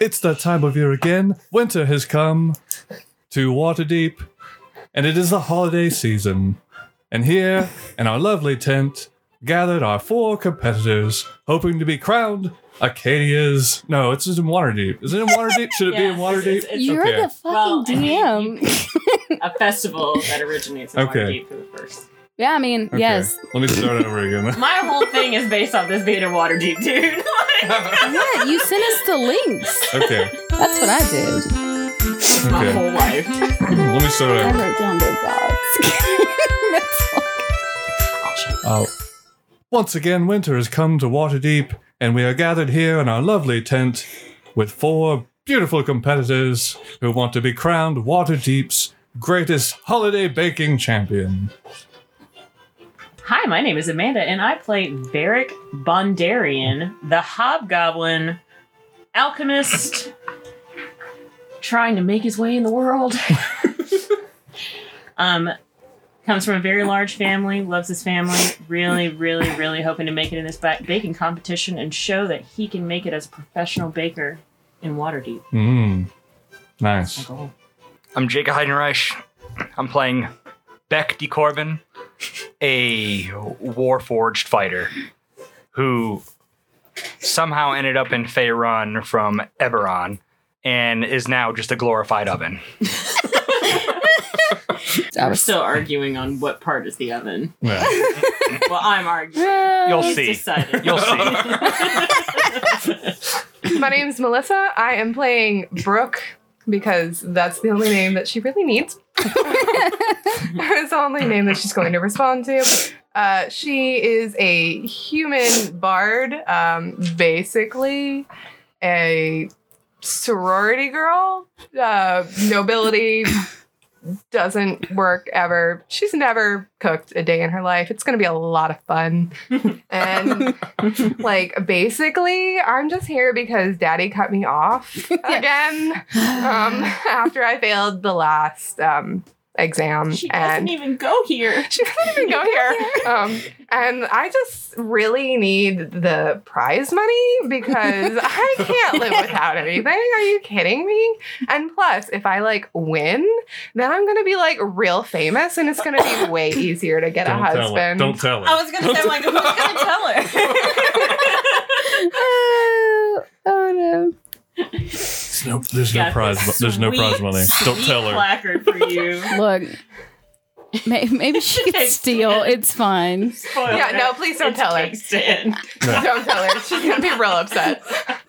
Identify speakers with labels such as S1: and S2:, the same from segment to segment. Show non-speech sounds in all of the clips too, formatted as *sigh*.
S1: It's that time of year again. Winter has come to Waterdeep, and it is the holiday season. And here, in our lovely tent, gathered our four competitors, hoping to be crowned Acadia's. No, it's just in Waterdeep. Is it in Waterdeep? Should it be in
S2: *laughs* Yeah, it's-
S1: Waterdeep?
S2: it's- it's
S3: You're
S1: okay.
S3: the fucking
S2: Well, I mean,
S3: DM.
S2: a festival that originates in
S1: Okay.
S2: Waterdeep for the first.
S3: yeah, I mean,
S1: Okay.
S3: yes.
S1: Let me start over
S2: *laughs*
S1: again.
S2: My whole thing is based off this being a Waterdeep, dude. *laughs*
S3: Yeah, you sent us the links.
S1: okay.
S3: That's what I did.
S2: My
S1: Okay.
S2: whole life.
S1: Let me start
S3: I
S1: over.
S3: wrote down their gods. *laughs* That's all.
S1: Uh, once again, winter has come to Waterdeep, and we are gathered here in our lovely tent with four beautiful competitors who want to be crowned Waterdeep's greatest holiday baking champion.
S2: Hi, my name is Amanda, and I play Varric Bondarian, the hobgoblin alchemist trying to make his way in the *laughs* world. um, comes from a very large family, loves his family, really, really, really hoping to make it in this ba- baking competition and show that he can make it as a professional baker in Waterdeep.
S1: Mmm. Nice.
S2: Goal.
S4: I'm Jacob Heidenreich. I'm playing Beck D. Corbin, a warforged fighter who somehow ended up in Faerun from Eberron and is now just a glorified oven.
S3: That
S2: We're
S3: was
S2: still arguing on what part is the oven.
S1: Yeah.
S2: Well, I'm arguing.
S4: You'll
S3: You'll
S2: He's
S4: *laughs* see.
S2: decided.
S4: You'll see.
S5: My name's Melissa. I am playing Brooke because that's the only name that she really needs. *laughs* it's the only name that she's going to respond to. Uh, she is a human bard, um, basically a sorority girl. Uh, nobility doesn't work ever. She's never cooked a day in her life. It's going to be a lot of fun. And like basically i'm just here because daddy cut me off again um, *laughs* after i failed the last um, exam
S2: She doesn't
S5: and
S2: even go here.
S5: she *laughs* doesn't even go here um, and i just really need the prize money because i can't live without anything are you kidding me and plus if i like win then i'm gonna be like real famous and it's gonna be way easier to get
S1: Don't
S5: a
S1: tell her.
S5: husband
S1: Don't tell her.
S2: I was gonna say, I'm like, who's
S5: *laughs*
S2: gonna tell her?
S3: *laughs* Oh, oh no.
S1: There's no, there's no prize. mo- There's no prize money. Don't tell her.
S2: Placard for
S5: *laughs*
S2: you.
S3: Look. May- maybe she can
S2: It's-
S3: steal. It's
S2: *laughs*
S3: fine.
S2: Spoiler.
S5: yeah no please don't
S2: It's
S5: tell her
S2: cake stand.
S1: No.
S5: Don't tell her. She's gonna be real upset.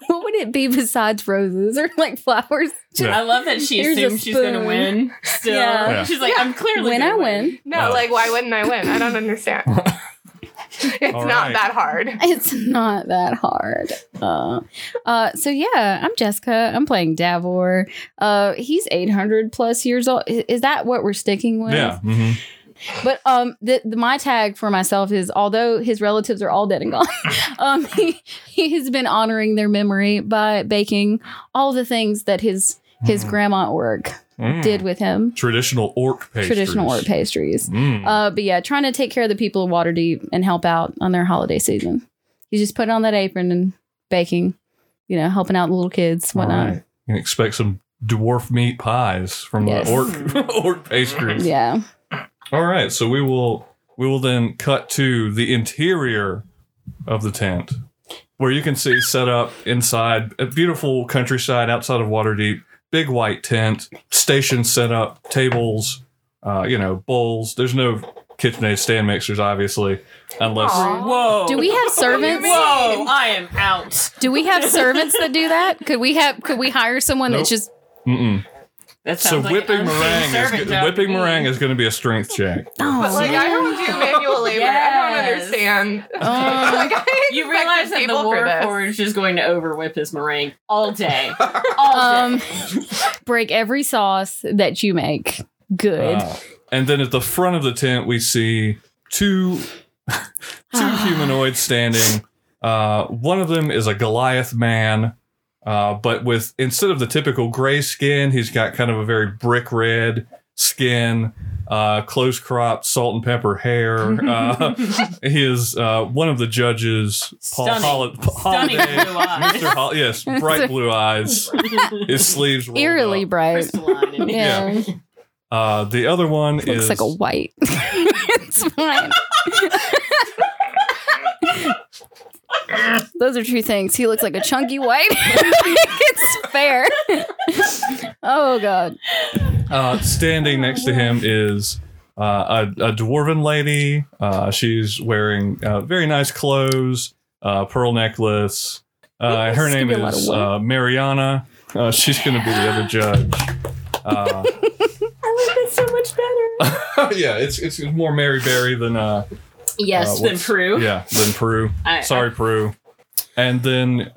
S3: What would it be besides roses or like flowers?
S1: Yeah.
S2: I love that she
S3: Here's a
S2: assumes she's gonna
S3: spoon.
S2: win. Still,
S3: Yeah.
S1: Yeah.
S2: she's like, I'm clearly
S3: when
S2: gonna
S3: I win,
S5: No,
S1: Oh.
S5: like why wouldn't I win? I
S1: *laughs*
S5: don't understand. it's
S1: All
S5: not
S1: right.
S5: that hard.
S3: it's not that hard. Uh, uh, so yeah, I'm Jessica. I'm playing Davor. Uh, he's 800 plus years old. I- Is that what we're sticking with?
S1: Yeah. hmm
S3: But um, the, the, my tag for myself is although his relatives are all dead and gone, *laughs* um, he, he has been honoring their memory by baking all the things that his his
S1: Mm.
S3: grandma org
S1: Mm.
S3: did with him.
S1: traditional orc pastries.
S3: Traditional orc pastries.
S1: Mm.
S3: Uh, but yeah, trying to take care of the people of Waterdeep and help out on their holiday season. He's just putting on that apron and baking, you know, helping out the little kids,
S1: All
S3: whatnot.
S1: right. You can expect some dwarf meat pies from
S3: Yes.
S1: the orc *laughs* orc pastries.
S3: Yeah.
S1: All right, so we will we will then cut to the interior of the tent, where you can see set up inside a beautiful countryside outside of Waterdeep. Big white tent, station set up, tables, uh, you know, bowls. There's no KitchenAid stand mixers, obviously, unless
S5: Aw.
S2: Whoa.
S3: Do we have servants?
S2: Whoa, I am out.
S3: Do we have servants that do that? Could we have? Could we hire someone that's just
S1: Mm-mm.
S2: That
S1: so
S2: sounds like
S1: whipping
S2: an unseen
S1: meringue is
S2: servant job to
S1: whipping
S2: me.
S1: meringue is going to be a strength check.
S3: oh,
S5: But like I don't do manual labor. I don't
S2: Yes.
S5: understand.
S3: Um,
S5: *laughs* like I
S2: You realize that the Warforged is going to overwhip his meringue all
S5: *laughs*
S2: day. All day.
S3: um break every sauce that you make good
S1: Uh, and then at the front of the tent, we see two *laughs*
S3: *sighs*
S1: two humanoids standing. Uh, one of them is a Goliath man, uh, but with instead of the typical gray skin, he's got kind of a very brick red skin. uh, close cropped salt and pepper
S3: *laughs*
S1: hair. Uh, *laughs* he is uh, one of the judges, Paul
S2: Stunning.
S1: Holli- Pa-
S2: Stunning
S1: Holiday. *laughs*
S2: blue eyes.
S1: Mr. Hol-
S3: *laughs*
S1: yes, bright blue eyes. His sleeves rolled
S3: Eerily
S1: up.
S3: bright.
S2: Crystalline in here.
S3: Yeah.
S1: Yeah. Uh, the other one
S3: Looks
S1: is
S3: like a white. *laughs* it's fine. Those are two things. He looks like a chunky white. *laughs* it's fair. oh god.
S1: Uh, standing next to him is uh, a, a dwarven lady. Uh, she's wearing uh, very nice clothes, uh, pearl necklace. Uh,
S3: Ooh,
S1: her
S3: it's
S1: name
S3: gonna be a lot of
S1: is
S3: work.
S1: uh, Mariana. Uh, she's going to be the other judge. Uh,
S2: I like that so much
S1: *laughs*
S2: better.
S1: yeah, it's it's more Mary Berry than uh, uh,
S2: Yes, than
S1: what's-
S2: Prue.
S1: Yeah, than Prue.
S2: I-
S1: Sorry, Prue. And
S2: *coughs*
S1: then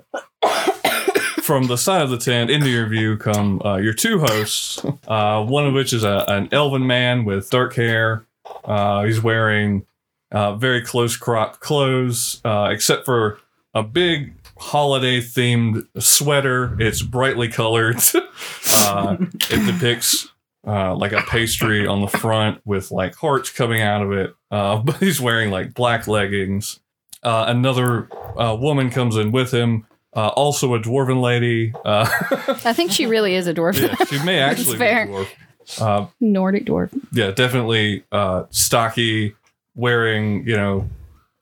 S1: from the side of the tent into your view come uh, your two hosts, uh, one of which is a, an elven man with dark hair. Uh, he's wearing uh, very close cropped clothes, uh, except for a big holiday themed sweater. It's brightly colored. *laughs* uh, it depicts uh, like a pastry on the front with like hearts coming out of it. Uh, *laughs* but he's wearing like black leggings. Uh, another uh, woman comes in with him, uh, also a dwarven lady. Uh, *laughs*
S3: I think she really is a dwarf.
S1: yeah, she may
S3: That's
S1: actually be
S3: fair.
S1: a dwarf. Uh,
S3: Nordic dwarf.
S1: yeah, definitely uh, stocky, wearing you know,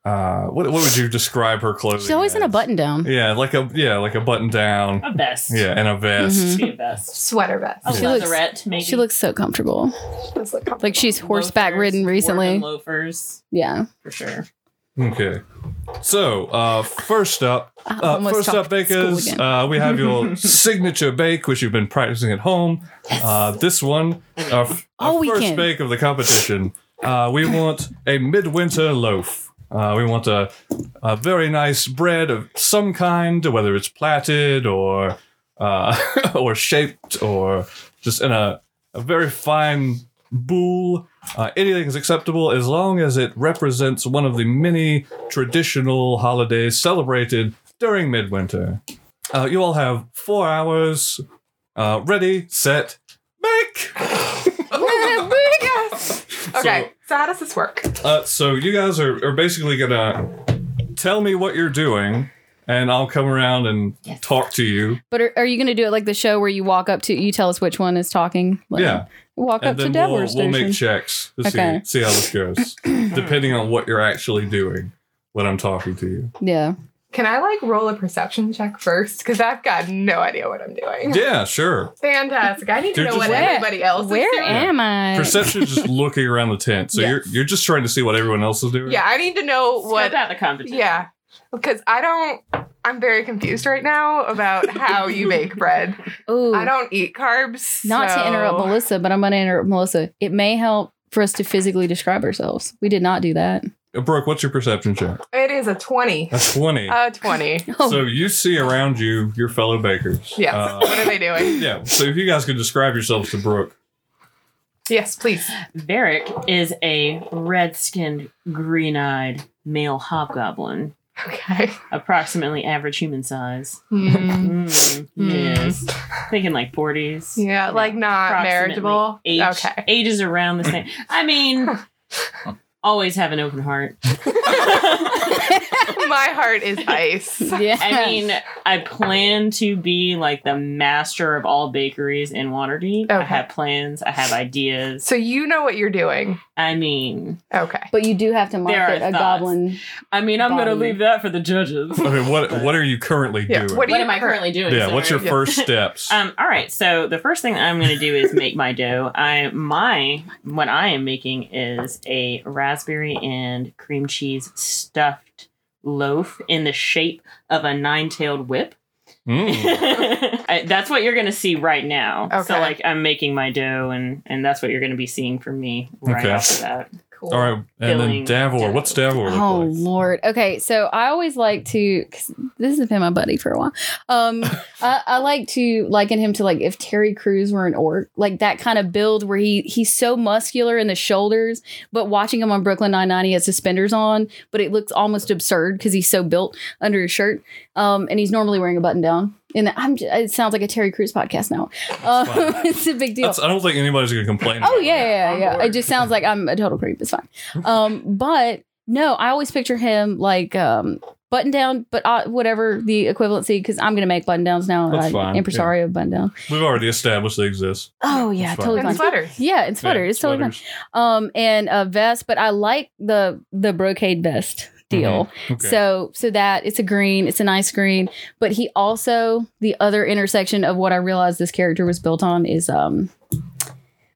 S1: uh, what what would you describe her clothing?
S3: She's always in a
S1: as?
S3: button down.
S1: Oh, Yeah, like a yeah, like a button down.
S2: A vest.
S1: Yeah, and a vest.
S3: Mhm.
S2: Be a vest.
S5: Sweater vest.
S2: A
S1: She
S3: looks-
S2: leatherette, maybe.
S3: She looks so comfortable.
S5: That's
S3: *laughs*
S5: like *laughs*
S3: Like she's horseback
S2: Loafers,
S3: ridden
S2: dwarven
S3: recently.
S2: Loafers,
S3: Yeah.
S2: for sure.
S3: Mm-hmm.
S1: Okay. So, uh, first up,
S3: I
S1: uh,
S3: almost
S1: first
S3: talked
S1: up,
S3: about school
S1: bakers,
S3: again.
S1: uh, we have
S3: *laughs*
S1: your signature bake, which you've been practicing at home. Uh, this one, our, f-
S3: All
S1: our first
S3: weekend.
S1: bake of the competition. Uh, we want a midwinter loaf. Uh, we want a, a very nice bread of some kind, whether it's plaited or uh, *laughs* or shaped or just in a, a very fine boule. Uh, anything is acceptable as long as it represents one of the many traditional holidays celebrated during midwinter. Uh, you all have four hours. Uh, ready, set, *laughs* make.
S5: Okay, so, how does this work?
S1: Uh, so you guys are, are basically gonna tell me what you're doing, and I'll come around and talk to you.
S3: But are, are you going to do it like the show where you walk up to you tell us which one is talking? Like,
S1: Yeah.
S3: Walk up
S1: and
S3: to
S1: then
S3: Deborah
S1: we'll, we'll
S3: Station.
S1: make checks to
S3: Okay.
S1: see see how this
S3: *clears throat*
S1: goes, depending on what you're actually doing when I'm talking to you.
S3: yeah.
S5: Can I like roll a perception check first? Because I've got no idea what I'm doing.
S1: Yeah, sure.
S5: Fantastic. I need to
S1: You're
S5: know
S1: just
S5: what
S1: like-
S5: everybody else is
S3: Where
S5: doing.
S3: am I?
S1: Perception
S3: *laughs*
S1: is just looking around the tent, so
S3: Yes.
S1: you're you're just trying to see what everyone else is doing.
S5: Yeah, I need to know
S2: What
S5: what.
S2: about the competition?
S5: Yeah, because I don't. I'm very confused right now about how you make bread.
S3: Ooh.
S5: I don't eat carbs.
S3: Not
S5: so-
S3: to interrupt Melissa, but I'm going to interrupt Melissa. It may help for us to physically describe ourselves. We did not do that.
S1: Uh, Brooke, what's your perception check?
S5: It is a twenty.
S1: A twenty.
S3: *laughs*
S5: A twenty.
S1: so you see around you your fellow bakers.
S5: Yes.
S1: Uh,
S5: what are they doing?
S1: yeah. So if you guys could describe yourselves to Brooke.
S5: Yes, please.
S2: Varric is a red skinned, green eyed male hobgoblin,
S5: Okay.
S2: approximately average human size.
S5: Hmm.
S2: Mm,
S5: Mm.
S2: Yes. Thinking like 40s.
S5: Yeah, like not
S2: Approximately
S5: marriageable.
S2: Age,
S5: *laughs* Okay.
S2: Ages around the same. I mean,
S5: *laughs*
S2: always have an open heart.
S5: My heart is ice. *laughs*
S3: yeah.
S2: *laughs* I mean, I plan to be like the master of all bakeries in Waterdeep. I
S5: Okay.
S2: have plans, I have ideas.
S5: So you know what you're doing.
S2: I mean,
S5: Okay.
S3: but you do have to market a
S2: are thoughts.
S3: goblin.
S2: I mean, I'm going to
S3: Bottom.
S2: leave that for the judges.
S1: Okay, what what are you currently
S5: Yeah,
S1: doing?
S5: what do
S2: What am I currently doing?
S1: yeah, what's your
S2: Sorry.
S5: Yeah.
S1: first steps?
S2: Um, all right, so the first thing I'm going to do is make my dough. I my what I am making is a raspberry and cream cheese stuffed loaf in the shape of a nine-tailed whip.
S1: Mm.
S2: *laughs*
S3: Um,
S2: I- that's what you're going to see right now. So
S5: Okay.
S2: like I'm making my dough and and that's what you're going to be seeing from me right
S1: Okay.
S2: after that.
S5: Cool.
S1: All right, and
S2: Filling
S1: then Davor. What's Davor look
S3: Oh
S1: like?
S3: Lord. Okay, so I always like to. 'cause this has been my buddy for a while. Um, I, I like to liken him to like if Terry Crews were an orc, like that kind of build where he he's so muscular in the shoulders, but watching him on Brooklyn Nine Nine, he has suspenders on, but it looks almost absurd because he's so built under his shirt. Um, and he's normally wearing a button down. And I'm j it sounds like a Terry Crews podcast now. Um, *laughs*
S1: fine.
S3: it's a big deal.
S1: That's, I don't think anybody's gonna complain.
S3: Oh
S1: about
S3: yeah,
S1: that.
S3: yeah,
S5: On
S3: yeah. It
S5: board.
S3: just sounds like I'm a total creep.
S1: *laughs*
S3: It's fine. Um, but no, I always picture him like um button down, but uh, whatever the equivalency, because I'm gonna make button downs now.
S1: That's
S3: like,
S1: fine,
S3: Impresario button down.
S1: We've already established they exist.
S3: Oh yeah,
S1: That's fine.
S3: totally
S5: and
S3: fine.
S5: sweaters.
S3: Yeah, and sweater.
S1: Yeah,
S3: it's totally fine.
S1: sweaters.
S3: Um, and a vest, but I like the the brocade vest
S1: Mm-hmm.
S3: deal.
S1: Okay.
S3: So so that it's a green, it's a nice green. But he also the other intersection of what I realized this character was built on is um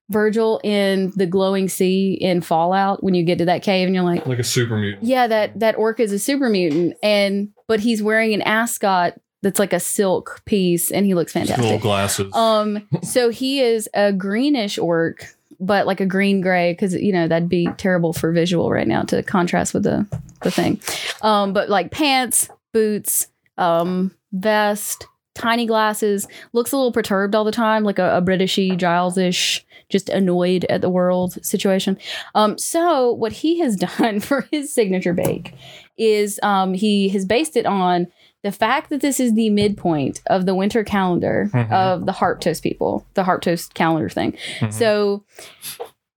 S3: Virgil in the glowing sea in Fallout when you get to that cave and you're like,
S1: like a super mutant.
S3: yeah, that that orc is a super mutant and but he's wearing an ascot that's like a silk piece and he looks
S1: Little
S3: fantastic.
S1: glasses.
S3: Um so he is a greenish orc but like a green gray because you know that'd be terrible for visual right now to contrast with the the thing um but like pants boots um vest tiny glasses looks a little perturbed all the time like a, a britishy gilesish just annoyed at the world situation um so what he has *laughs* done for his signature bake is um he has based it on the fact that this is the midpoint of the winter calendar
S1: Mhm.
S3: of the harp toast people the harp toast calendar thing
S1: Mhm.
S3: so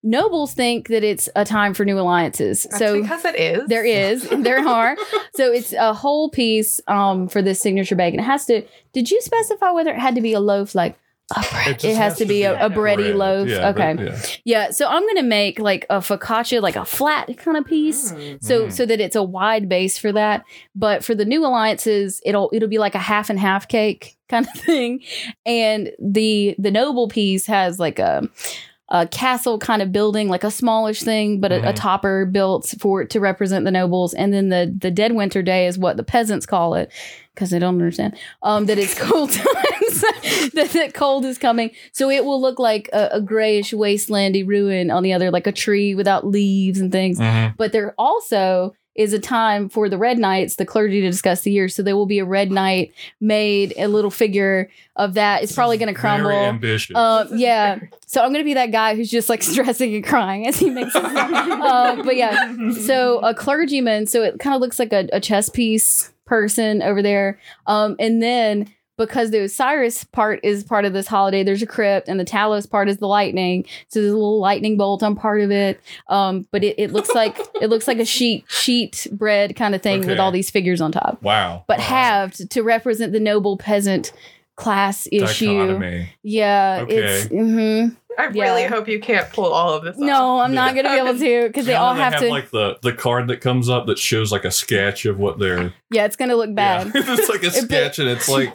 S3: nobles think that it's a time for new alliances.
S5: That's
S3: so
S5: because it is.
S3: there
S5: *laughs*
S3: is, there are. So it's a whole piece um, for this signature bag, and it has to. Did you specify whether it had to be a loaf like? A bre- it,
S1: just
S3: has to be a, a bready
S1: bread.
S3: loaf.
S1: Yeah,
S3: okay.
S1: but- yeah.
S3: yeah. So I'm going to make like a focaccia, like a flat kind of piece
S5: Hmm.
S2: Mm.
S3: so
S1: Mhm.
S3: so that it's a wide base for that but for the new alliances it'll it'll be like a half and half cake *laughs* kind of thing and the the noble piece has like a a castle kind of building like a smallish thing but a, a
S1: Mhm.
S3: topper built for to represent the nobles and then the the dead winter day is what the peasants call it because they don't understand um that it's *laughs* cold times *laughs* that, that cold is coming so it will look like a, a grayish wastelandy ruin on the other like a tree without leaves and things
S1: Mhm.
S3: but there also is a time for the red knights, the clergy, to discuss the year. So there will be a red knight made, a little figure of that. It's probably going to crumble.
S1: Very ambitious.
S3: Uh, yeah. So I'm going to be that guy who's just like *laughs* stressing and crying as he makes it.
S5: *laughs*
S3: *laughs* uh, but yeah. So a clergyman. So it kind of looks like a, a chess piece person over there. Um, and then because the Osiris part is part of this holiday, there's a crypt, and the Talos part is the lightning. So there's a little lightning bolt on part of it. Um, but it, it looks like it looks like a sheet sheet bread kind of thing with
S1: Okay.
S3: all these figures on top,
S1: wow.
S3: but
S1: Wow.
S3: halved to represent the noble peasant class issue.
S1: dichotomy.
S3: Yeah,
S1: Okay.
S3: it's mhm.
S5: I really
S3: Yeah.
S5: hope you can't pull all of this. off.
S3: no, I'm not gonna be able to because they
S1: You know,
S3: all have, to.
S1: like the the card that comes up that shows like a sketch of what they're.
S3: yeah, it's gonna look bad
S1: Yeah. *laughs* it's like a
S3: It-
S1: sketch, and it's like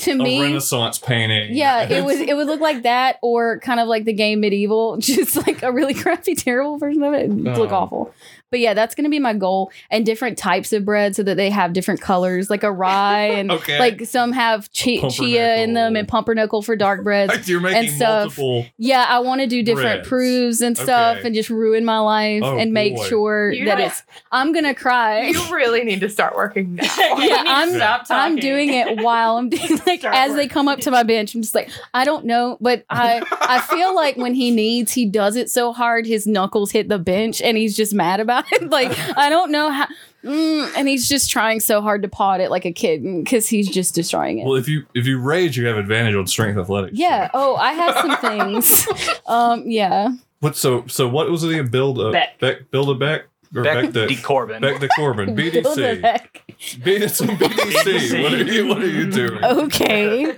S3: to
S1: a
S3: me.
S1: Renaissance painting.
S3: Yeah,
S1: *laughs*
S3: it was. It would look like that, or kind of like the game medieval, *laughs* just like a really crappy, terrible version of it. It'd look
S1: Oh.
S3: awful. But yeah, that's gonna be my goal, and different types of bread so that they have different colors, like a rye and.
S1: *laughs* okay.
S3: Like some have chi- chia in them and pumpernickel for dark breads.
S1: *laughs* Like, you're making
S3: and stuff.
S1: multiple.
S3: Yeah, I want to do different
S1: Breads.
S3: proofs and stuff
S1: Okay.
S3: and just ruin my life
S1: Oh,
S3: and make
S1: boy.
S3: sure
S5: You
S3: that
S5: don't-
S3: it's. I'm gonna cry.
S5: You really need to start working *laughs* now.
S2: You need to
S3: I'm-
S2: stop talking.
S3: I'm doing it while I'm
S4: *laughs*
S3: doing like
S2: Start
S3: as they
S2: working.
S3: come up to my bench. I'm just like, I don't know, but I I
S4: *laughs*
S3: feel like when he needs, he does it so hard his knuckles hit the bench and he's just mad about it. *laughs* Like I don't know how, mm, and he's just trying so hard to pot it like a kid because he's just destroying it.
S1: Well, if you if you rage, you have advantage on strength athletics.
S3: yeah. Oh, I have some things.
S4: *laughs*
S3: um. Yeah.
S1: What so so what was the build a
S2: Beck.
S1: build a Beck or
S4: Beck
S1: Beck
S4: D.
S1: the
S4: Corbin.
S1: Beck the Corbin
S3: *laughs* Build it
S1: BDC
S3: back.
S1: B- it's on BDC. What are you what are you doing?
S3: Oh. Okay.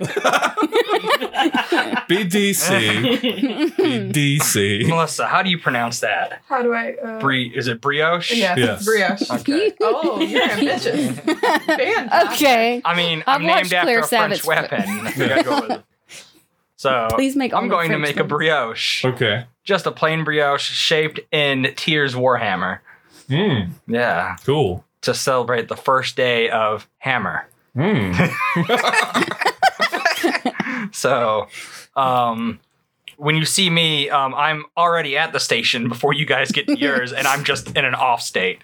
S2: *laughs*
S3: *laughs*
S1: BDC BDC.
S4: Melissa, how do you pronounce that?
S5: How do I? Uh,
S4: Brie, is it brioche?
S5: Yes,
S1: Yes.
S5: brioche.
S4: Okay.
S5: Oh, *laughs* you're ambitious.
S3: *laughs*
S5: Fantastic.
S3: okay.
S4: I mean,
S3: I've
S4: I'm named
S3: watched
S4: after
S3: Claire
S4: a French
S3: Savage. *laughs*
S4: weapon. I think I'd go with it. So
S3: Please make. all
S4: I'm
S3: the
S4: going to
S3: French
S4: make a
S3: ones.
S4: brioche,
S1: Okay.
S4: just a plain brioche shaped in Tears Warhammer.
S1: Mm,
S4: Yeah,
S1: cool.
S4: to celebrate the first day of Hammer. *laughs*
S1: Mm.
S4: So, um, when you see me, um, I'm already at the station before you guys get to yours, and I'm just in an off state.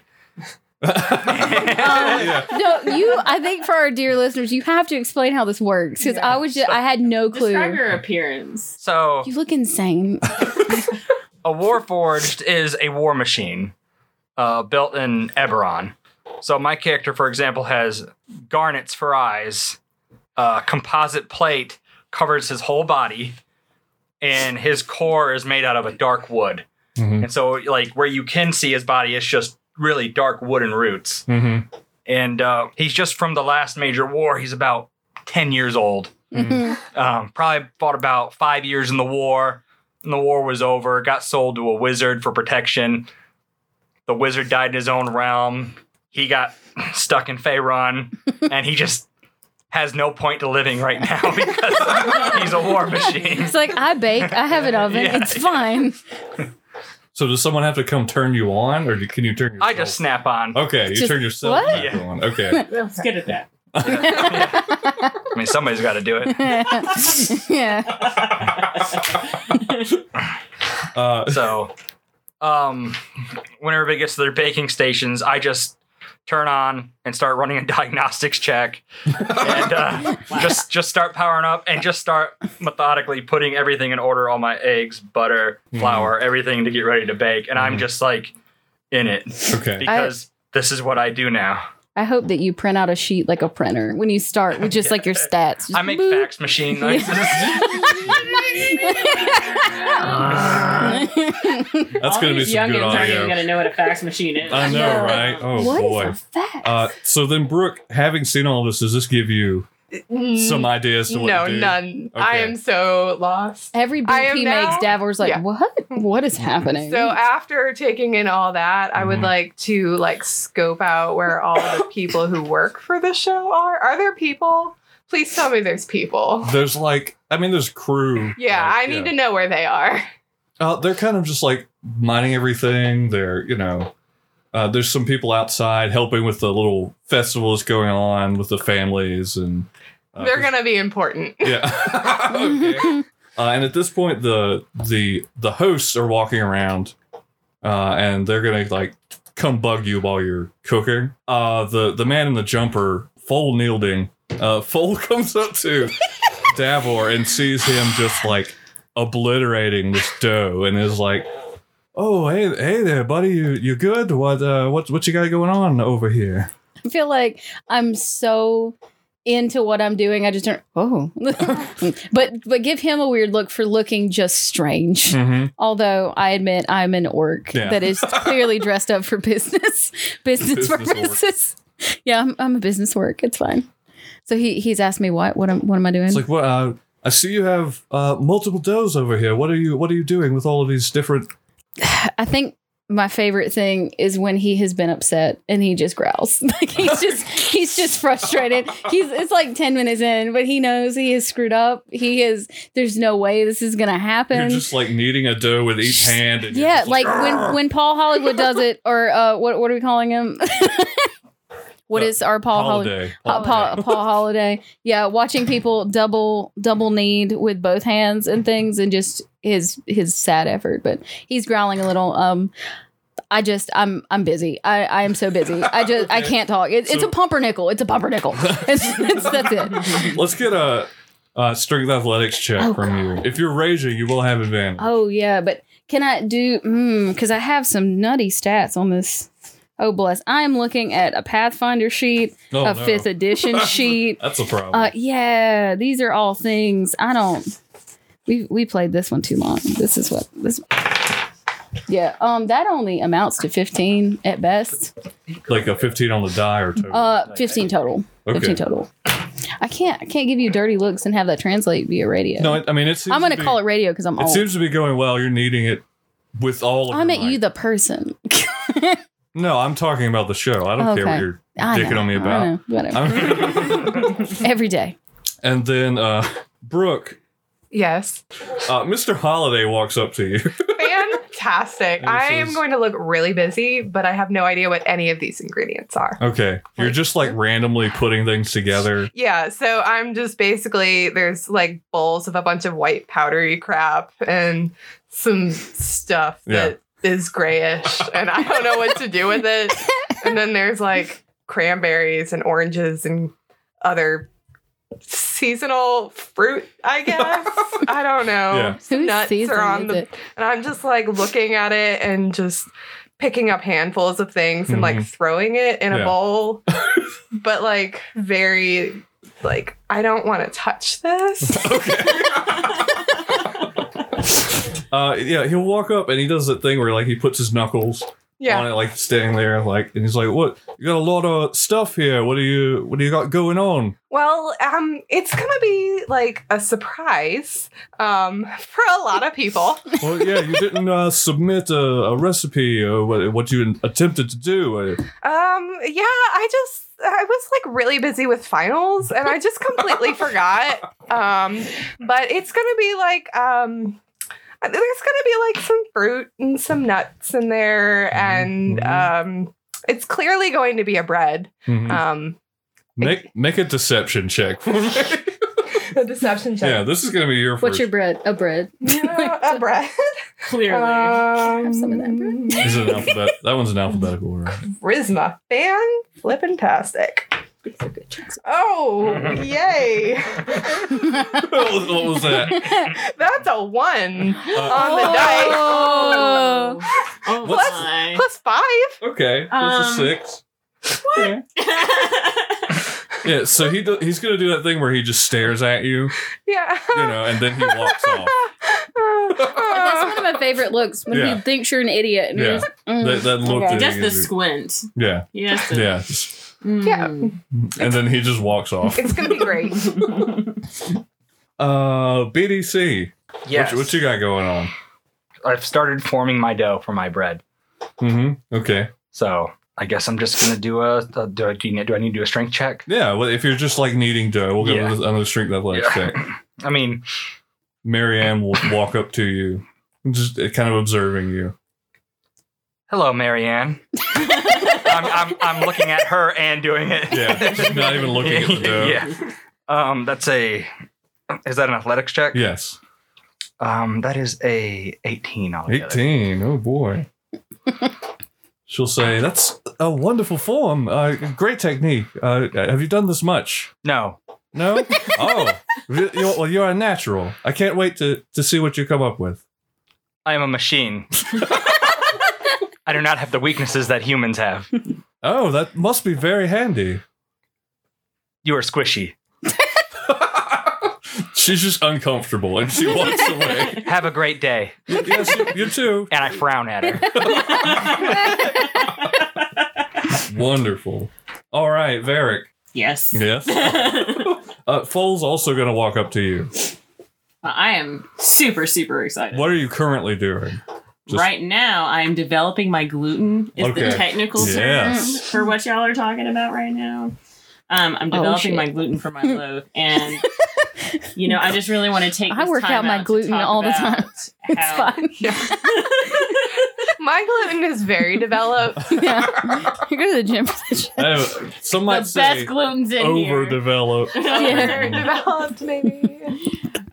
S1: Oh,
S3: *laughs*
S1: yeah.
S3: No, you. I think for our dear listeners, you have to explain how this works because I was just, I had no clue.
S2: Describe your appearance.
S4: So,
S3: You look
S4: *laughs*
S3: insane.
S4: a Warforged is a war machine uh, built in Eberron. So, my character, for example, has garnets for eyes, uh, composite plate covers his whole body, and his core is made out of a dark wood.
S1: Mhm.
S4: And so, like where you can see his body is just really dark wooden roots.
S1: Mm-hmm.
S4: And uh, he's just from the last major war. He's about ten years old. Um, probably fought about five years in the war. And the war was over. Got sold to a wizard for protection. The wizard died in his own realm. He got *laughs* stuck in Faerun, and he just has no point to living right now *laughs* because he's a war machine.
S3: *laughs* It's like I bake, I have an oven,
S4: Yeah,
S3: it's
S4: yeah. *laughs*
S3: fine.
S1: So does someone have to come turn you on, or do- can you turn yourself?
S4: I just snap on.
S1: Okay, you
S3: Just-
S1: turn yourself
S3: what?
S1: back
S4: Yeah.
S1: on.
S3: *laughs*
S1: Okay.
S2: Let's get at that.
S4: I mean, somebody's got to do it.
S3: yeah.
S1: Uh,
S4: So, um, whenever everybody gets to their baking stations, I just turn on and start running a diagnostics check, and uh, just just start powering up and just start methodically putting everything in order: all my eggs, butter, flour, everything to get ready to bake. And I'm just like in it
S1: okay.
S4: because this is what I do now.
S3: I hope that you print out a sheet like a printer when you start with just like your stats. Just
S4: I make
S3: boop. *laughs*
S4: fax machine noises. *laughs*
S1: That's
S2: All
S1: going to be
S2: these
S1: some good
S2: youngins aren't even
S1: audio.
S2: gonna know what a fax machine is.
S1: I know,
S3: Yeah.
S1: right? Oh
S3: What is
S1: boy.
S3: a fax?
S1: Uh, so then, Brooke, having seen all this, does this give you some ideas to what
S5: Mm, no,
S1: to do?
S5: none. I
S1: Okay.
S5: am so lost.
S3: Every
S5: I
S3: BP
S5: am
S3: makes
S5: now-
S3: Davor's like,
S5: Yeah.
S3: what? What is happening?
S5: So after taking in all that, I would
S1: Mhm.
S5: like to like scope out where all the people who work for the show are. Are there people? Please tell me there's people.
S1: There's like, I mean, there's crew.
S5: Yeah, I need to know where they are.
S1: to. Uh, they're kind of just like mining everything. They're, you know, uh, there's some people outside helping with the little festivals going on with the families and. Uh,
S5: They're gonna be important.
S1: Yeah. *laughs* okay. Uh, and at this point, the the the hosts are walking around, uh, and they're gonna like come bug you while you're cooking. Uh, the the man in the jumper, Fole Nilding, uh, *laughs* Fole comes up to Davor and sees him just like obliterating this dough, and is like, "Oh, hey, hey there, buddy, you you good? What uh, what what you got going on over here?"
S3: I feel like I'm so into what I'm doing. I just don't. Oh, *laughs* but but give him a weird look for looking just strange.
S1: Mm-hmm.
S3: Although I admit I'm an orc
S1: Yeah.
S3: that is clearly dressed up for business *laughs* business,
S1: Business orc.
S3: purposes. *laughs* Yeah, I'm, I'm a business work. It's fine. So he he's asked me what what am what am I doing?
S1: It's like, what? Uh, I see you have uh, multiple doughs over here. What are you? What are you doing with all of these different?
S3: I think my favorite thing is when he has been upset and he just growls. *laughs* Like he's just he's just frustrated. He's it's like 10 minutes in, but he knows he is screwed up. He is there's no way this is going to
S1: You're
S3: happen.
S1: just like kneading a dough with each hand. And you're
S3: yeah,
S1: just
S3: like when when Paul Hollywood does it or uh what what are we calling him? *laughs* What
S1: Uh,
S3: is our Paul Hollywood?
S1: holiday.
S3: Uh, Paul, Paul Holiday. Yeah, watching people double double need with both hands and things, and just his his sad effort. But he's growling a little. Um, I just I'm I'm busy. I I am so busy. I just I
S1: Okay.
S3: can't talk. It, it's a
S1: So-
S3: pumpernickel. It's a
S1: *laughs*
S3: pumpernickel. it's, it's, that's it. *laughs*
S1: Let's get a, a strength athletics check
S3: Oh,
S1: from you. If you're raging, you will have advantage.
S3: Oh yeah, but can I do? Because I have some nutty stats on this. Oh bless! I am looking at a Pathfinder sheet,
S1: Oh, no.
S3: a fifth
S1: *laughs*
S3: edition sheet.
S1: That's a problem.
S3: Uh, yeah, these are all things I don't. We we played this one too long. This is what this. Yeah, um, that only amounts to fifteen at best.
S1: like a 15 on the die or two.
S3: Uh, fifteen total. Fifteen
S1: Okay.
S3: total. I can't I can't give you dirty looks and have that translate via radio.
S1: no, I, I mean it's.
S3: I'm gonna call it radio because I'm
S1: It
S3: old.
S1: seems to be going well. You're needing it with all of.
S3: I'm
S1: your
S3: at
S1: might.
S3: you, the person.
S1: No, I'm talking about the show. I don't care
S3: Okay.
S1: what you're
S3: I
S1: dicking
S3: know,
S1: on me
S3: I
S1: about.
S3: know, whatever.
S1: I'm-
S3: *laughs* Every day.
S1: *laughs* and then uh, Brooke,
S5: Yes.
S1: Uh, Mr. Holiday walks up to you. *laughs*
S5: Fantastic.
S1: This
S5: I am
S1: is-
S5: going to look really busy, but I have no idea what any of these ingredients are.
S1: Okay. You're just like randomly putting things together.
S5: *laughs* Yeah, so I'm just basically there's like bowls of a bunch of white powdery crap and some stuff that is grayish and I don't know what to do with it. And then there's like cranberries and oranges and other seasonal fruit, I guess. I don't know.
S1: Yeah.
S5: Some
S3: Whose
S5: nuts
S3: season
S5: are on
S3: is
S5: the
S3: it?
S5: and I'm just like looking at it and just picking up handfuls of things and like throwing it in
S1: Yeah.
S5: a bowl, but like very like, I don't want to touch this.
S1: Uh, yeah, he'll walk up and he does that thing where like he puts his knuckles on
S5: yeah.
S1: it, like standing there, like, and he's like, "What? You got a lot of stuff here. What do you? What do you got going on?"
S5: Well, um, it's gonna be like a surprise um for a lot of people.
S1: well, yeah, you didn't uh, submit a, a recipe or what, what you attempted to do. Uh,
S5: Um, yeah, I just I was like really busy with finals and I just
S1: *laughs*
S5: completely forgot. Um, but it's gonna be like um there's gonna be like some fruit and some nuts in there, and
S1: Mm-hmm.
S5: um it's clearly going to be a bread.
S1: Mm.
S5: Um
S1: Make make a deception check.
S5: the deception
S1: yeah,
S5: check.
S1: this is gonna be your
S3: What's
S1: first.
S3: your bread? A bread. *laughs*
S5: Yeah, *laughs* a bread.
S2: Clearly.
S5: Um,
S3: some of that
S1: Is it an alphabet? that one's an alphabetical order. *laughs*
S5: Charisma. Fan flippin' tastic. Oh,
S1: *laughs*
S5: yay.
S3: *laughs*
S1: what was- what was that?
S5: That's a one
S1: Uh,
S5: on the dice.
S3: Oh.
S2: Oh
S1: What's-
S2: my.
S5: Plus five.
S1: okay, that's a
S2: Um,
S1: six. What? Yeah, so he do, he's gonna do that thing where he just stares at you,
S5: Yeah.
S1: you
S5: *laughs*
S1: know, and then he walks off.
S3: That's
S1: oh.
S3: one of
S1: *laughs*
S3: my favorite looks when
S1: Yeah.
S3: he thinks you're an idiot. And you're
S1: Yeah.
S3: just, mm.
S1: That, that look.
S3: Okay.
S1: that he
S2: *laughs* Just the
S1: gives you.
S2: squint.
S1: Yeah,
S2: Yes.
S1: yeah. just-
S2: Mm.
S1: and then he just walks off.
S5: it's gonna be *laughs* great.
S1: Uh, BDC.
S4: Yes.
S1: What, what you got going on?
S4: I've started forming my dough for my bread.
S1: Mm-hmm. Okay.
S4: So I guess I'm just gonna do a. a- do, I, do you need- do I need to do a strength check?
S1: Yeah, well, if you're just like needing dough, we'll go
S4: Yeah.
S1: to another strength athletics
S4: Yeah.
S1: check.
S4: I mean,
S1: Marianne will walk up to you, just uh, kind of observing you.
S4: hello, Marianne. I'm, I'm I'm looking at her and doing it. *laughs*
S1: Yeah, she's not even looking at the dough.
S4: yeah. Um, that's a. Is that an athletics check?
S1: Yes,
S4: Um, that is a 18 altogether.
S1: eighteen. Oh boy. *laughs* She'll say, "That's a wonderful form. Uh, great technique. Uh, have you done this much?
S4: No.
S1: No. *laughs* oh, Re- you're, well, you're a natural. I can't wait to to see what you come up with.
S4: I am a machine. I do not have the weaknesses that humans have.
S1: Oh, that must be very handy."
S4: You are squishy.
S1: *laughs* She's just uncomfortable, and she walks *laughs* away.
S4: Have a great day.
S1: yes, you- you too.
S4: And I frown at her. Wonderful.
S1: All right, Varric.
S2: *laughs* yes. *laughs*
S1: Yes. Uh, Foal's also going to walk up to you.
S2: I am super, super excited.
S1: What are you currently
S2: *laughs*
S1: doing? just-
S2: right now, I am developing my gluten. Is
S1: Okay.
S2: the technical term
S1: Yes.
S2: for what y'all are talking about right now? Um, I'm
S3: Oh,
S2: developing
S3: shit.
S2: my gluten for my loaf, and you know, I just really want
S3: *laughs*
S2: to take.
S3: I
S2: this
S3: work
S2: time
S3: out my
S2: to
S3: gluten
S2: talk
S3: all the
S2: about
S3: time. *laughs* *laughs* It's
S2: how-
S3: fine. *laughs*
S5: My gluten is
S1: *laughs*
S5: very developed.
S3: Yeah. You go to the gym *laughs* for this shit.
S1: I have- Uh, some might
S2: The best
S1: say
S2: gluten's in here.
S1: overdeveloped.
S2: *laughs*
S5: Very developed, maybe.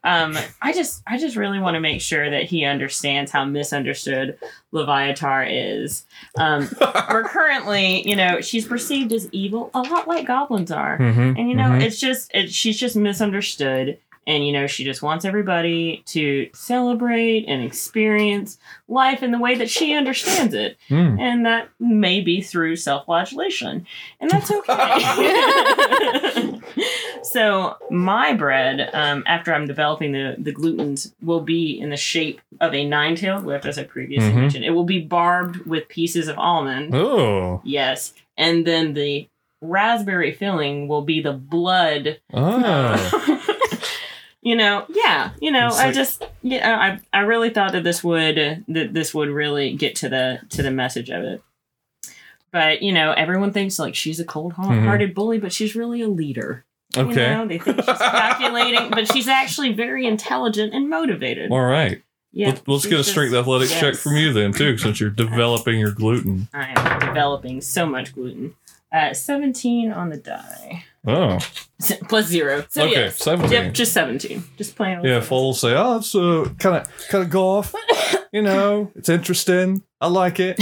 S2: Um, I just, I just really want to make sure that he understands how misunderstood Leviatar is. Um, we're currently, you know, she's perceived as evil, a lot like goblins are.
S1: Mhm,
S2: And you know,
S1: mhm.
S2: it's just it, she's just misunderstood, and you know, she just wants everybody to celebrate and experience life in the way that she understands it,
S1: Mm.
S2: and that may be through self-flagellation, and that's okay. *laughs* so my bread, um, after I'm developing the the glutens, will be in the shape of a nine-tailed whip, as I previously
S1: Mhm.
S2: mentioned. It will be barbed with pieces of almond.
S1: Oh,
S2: Yes. And then the raspberry filling will be the blood. *laughs*
S1: oh.
S2: you know, yeah, you know,
S1: It's
S2: I
S1: like-
S2: just you know, I I really thought that this would that this would really get to the to the message of it. But, you know, everyone thinks like she's a cold-hearted bully, but she's really a leader. You
S1: Mm-hmm. Okay.
S2: know, they think she's calculating, but she's actually very intelligent and motivated.
S1: All right.
S2: yeah,
S1: Let- Let's
S2: she's
S1: get a
S2: just-
S1: strength athletics
S2: yes.
S1: check from you then, too, since you're developing your gluten.
S2: I am developing so much gluten. Uh, 17 on the die. *laughs*
S1: Oh,
S2: Se- plus zero. So
S1: okay.
S2: yeah. Yep,
S1: 17.
S2: just seventeen. Just playing. with
S1: Yeah,
S2: it.
S1: Foal will say, oh, it's uh, kind of kind of golf.
S2: *laughs*
S1: You know, it's interesting. I like it.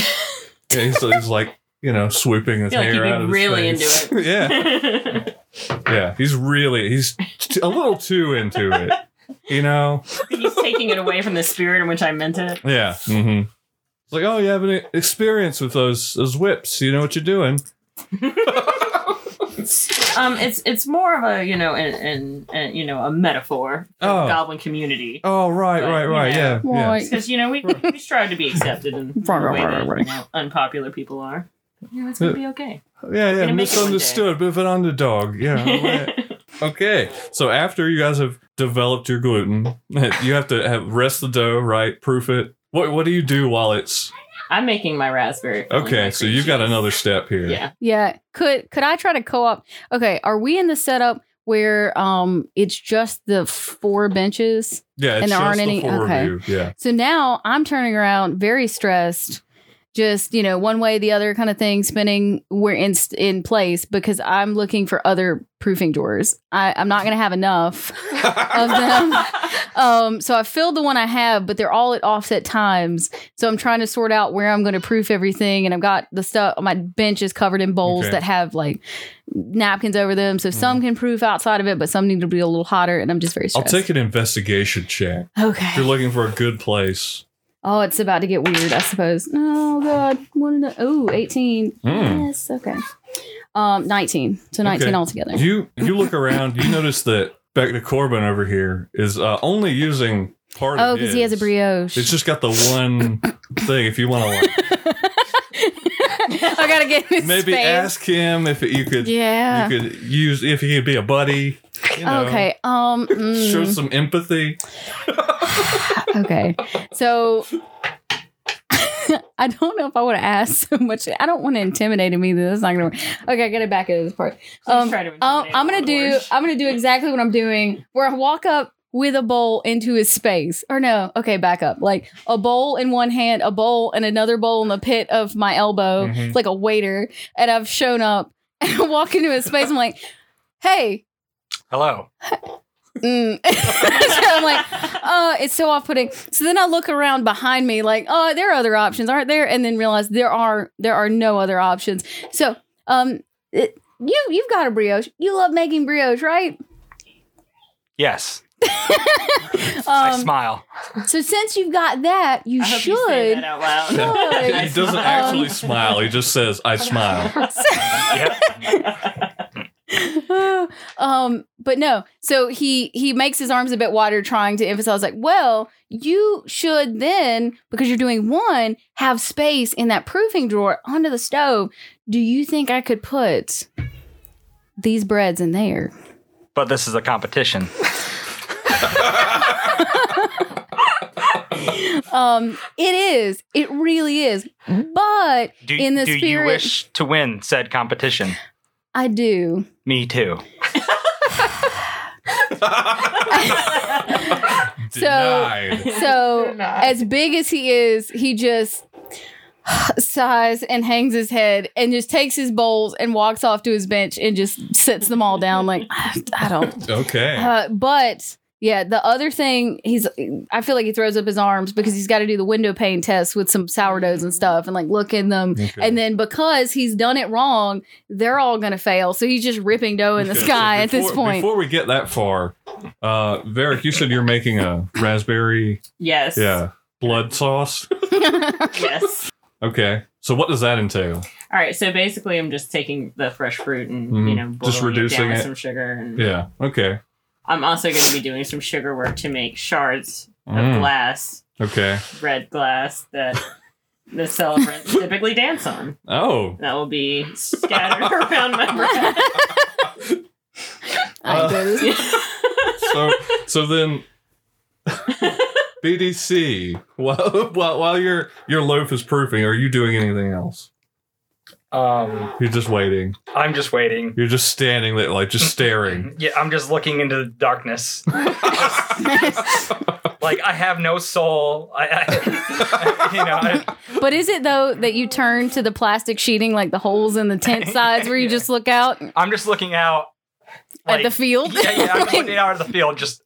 S1: Yeah, he's, he's like, you know, swooping his
S2: Feel like
S1: hair
S2: he'd be
S1: out of
S2: really
S1: his face. *laughs*
S2: into
S1: yeah.
S2: *laughs*
S1: Yeah, he's really he's t- a little too into
S2: *laughs*
S1: it. You know?
S2: He's taking it away from the spirit in which I meant it.
S1: Yeah. Mm-hmm. It's like, oh, you have an experience with those those whips. You know what you're doing.
S2: Um, it's it's more of a you know an, an, an you know a metaphor for
S1: Oh.
S2: the goblin community
S1: Oh, right,
S2: But,
S1: right,
S2: you
S1: right.
S2: know,
S1: Yeah.
S3: Well,
S1: yeah.
S3: like-
S2: because you know we we strive to be accepted in the
S3: Right,
S2: way
S3: right,
S2: that,
S3: right,
S2: you know, unpopular people are. You know, it's gonna be
S1: *laughs*
S2: okay.
S1: Yeah, yeah,
S2: gonna make it one day.
S1: misunderstood, but of an underdog. Yeah.
S2: *laughs*
S1: right. okay. So after you guys have developed your gluten, *laughs* you have to have rest the dough, right? Proof it. What What do you do while it's
S2: I'm making my raspberry. filling
S1: okay?
S2: my
S1: So
S2: cream
S1: you've got
S2: cheese.
S1: another step here.
S2: Yeah.
S3: Yeah. Could could I try to co-op? Okay, are we in the setup where um it's just the four benches?
S1: yeah. It's
S3: And there
S1: just
S3: aren't
S1: the
S3: any-
S1: four
S3: okay.
S1: of you. Yeah.
S3: So now I'm turning around very stressed. Just, you know, one way, the other kind of thing, spinning we're in in place because I'm looking for other proofing drawers. I, I'm not gonna
S1: *laughs*
S3: have enough of them. Um, so I filled the one I have, but they're all at offset times. So I'm trying to sort out where I'm going to proof everything, and I've got the stuff. My bench is covered in
S1: Okay.
S3: bowls
S1: Mm-hmm.
S3: that have like napkins over them, so some can proof outside of it, but some need to be a little hotter. And I'm just very
S1: I'll
S3: stressed.
S1: take an investigation check. If you're
S3: Okay.
S1: looking for a good place.
S3: Oh, it's about to get weird, I suppose. Oh God, one and oh, 18.
S1: Hmm.
S3: Yes, okay. Um, 19. So 19
S1: Okay.
S3: altogether.
S1: You You look around. You notice that Beck Corbin over here is uh, only using part of
S3: Oh, because he has a
S1: his.
S3: brioche.
S1: It's just got the one thing. If you want to like
S3: *laughs* I gotta get this
S1: maybe
S3: space.
S1: ask him if you could
S3: Yeah.
S1: you could use if he could be a buddy you know,
S3: okay.
S1: *laughs*
S3: Um. mm.
S1: show some empathy
S3: okay. So *laughs* I don't know if I want to ask so much. I don't want to intimidate him either. That's not gonna work. Okay, I gotta back into this part. Um,
S2: try to
S3: um,
S2: intimidate
S3: I'm gonna
S2: Lord
S3: do.
S2: Orsh.
S3: I'm gonna do exactly what I'm doing. Where I walk up with a bowl into his space, or no? Okay, back up. Like a bowl in one hand, a bowl and another bowl in the pit of my elbow,
S1: Mhm.
S3: It's like a waiter. And I've shown up *laughs* and I walk into his space. I'm like, hey.
S4: Hello.
S3: Mm. *laughs* so I'm like, uh, it's so off putting. So then I look around behind me, like, oh, there are other options, aren't there? And then realize there are there are no other options. So, um, it, you you've got a brioche. You love making brioche, right?
S4: Yes. I
S3: Um,
S4: smile.
S3: so since you've got that, you
S2: I hope you say
S3: should.
S2: that out loud.
S1: *laughs*
S3: Should.
S1: he doesn't
S3: Um,
S1: actually smile he just says i
S3: *laughs*
S1: smile *laughs*
S4: Yep.
S3: *laughs* um, but no. So he he makes his arms a bit wider, trying to emphasize, like, well, you should then, because you're doing one, have space in that proofing drawer under the stove. Do you think I could put these breads in there?
S4: But this is a competition.
S3: Um, it is. It really is.
S2: Mm-hmm.
S3: But
S4: Do,
S3: in the
S4: do
S3: spirit,
S4: you wish to win said competition?
S3: I do.
S4: Me too.
S1: denied
S3: So
S2: *laughs*
S5: You're not.
S3: as big as he is, he just *sighs* sighs and hangs his head and just takes his bowls and walks off to his bench and just sets them all down like *sighs* I, I don't.
S1: okay
S3: Uh, but yeah, the other thing he's I feel like he throws up his arms because he's got to do the window pane test with some sourdoughs and stuff and like look in them.
S1: Okay.
S3: And then because he's done it wrong, they're all gonna fail. So he's just ripping dough in the
S1: Okay, so
S3: sky at this
S1: before-
S3: point.
S1: before we get that far uh varick you said you're making a raspberry
S2: Yes.
S1: yeah blood sauce
S3: *laughs*
S2: Yes.
S1: okay so what does that entail
S2: All right. So basically, I'm just taking the fresh fruit and you
S1: Mhm.
S2: know
S1: Just
S2: boiling it
S1: reducing
S2: down with
S1: it.
S2: some sugar. And
S1: yeah okay
S2: I'm also going to be doing some sugar work to make shards of
S1: Mm.
S2: glass,
S1: okay
S2: red glass that the celebrants typically dance on.
S1: oh
S2: That will be scattered around my bread.
S3: I enjoy this.
S1: so so then BDC while, while while your your loaf is proofing, are you doing anything else?
S4: Um,
S1: You're just waiting.
S4: I'm just waiting.
S1: You're just standing there, like just staring.
S4: Yeah, I'm just looking into
S3: *laughs*
S4: the darkness. like I have no soul. I, I *laughs* you know. I,
S3: But is it though that you turn to the plastic sheeting, like the holes in the
S4: *laughs*
S3: tent sides where you just look out
S4: I'm just looking out
S3: at
S4: like-
S3: the field?
S4: Yeah, yeah.
S3: *laughs*
S4: I'm just looking out at the field, just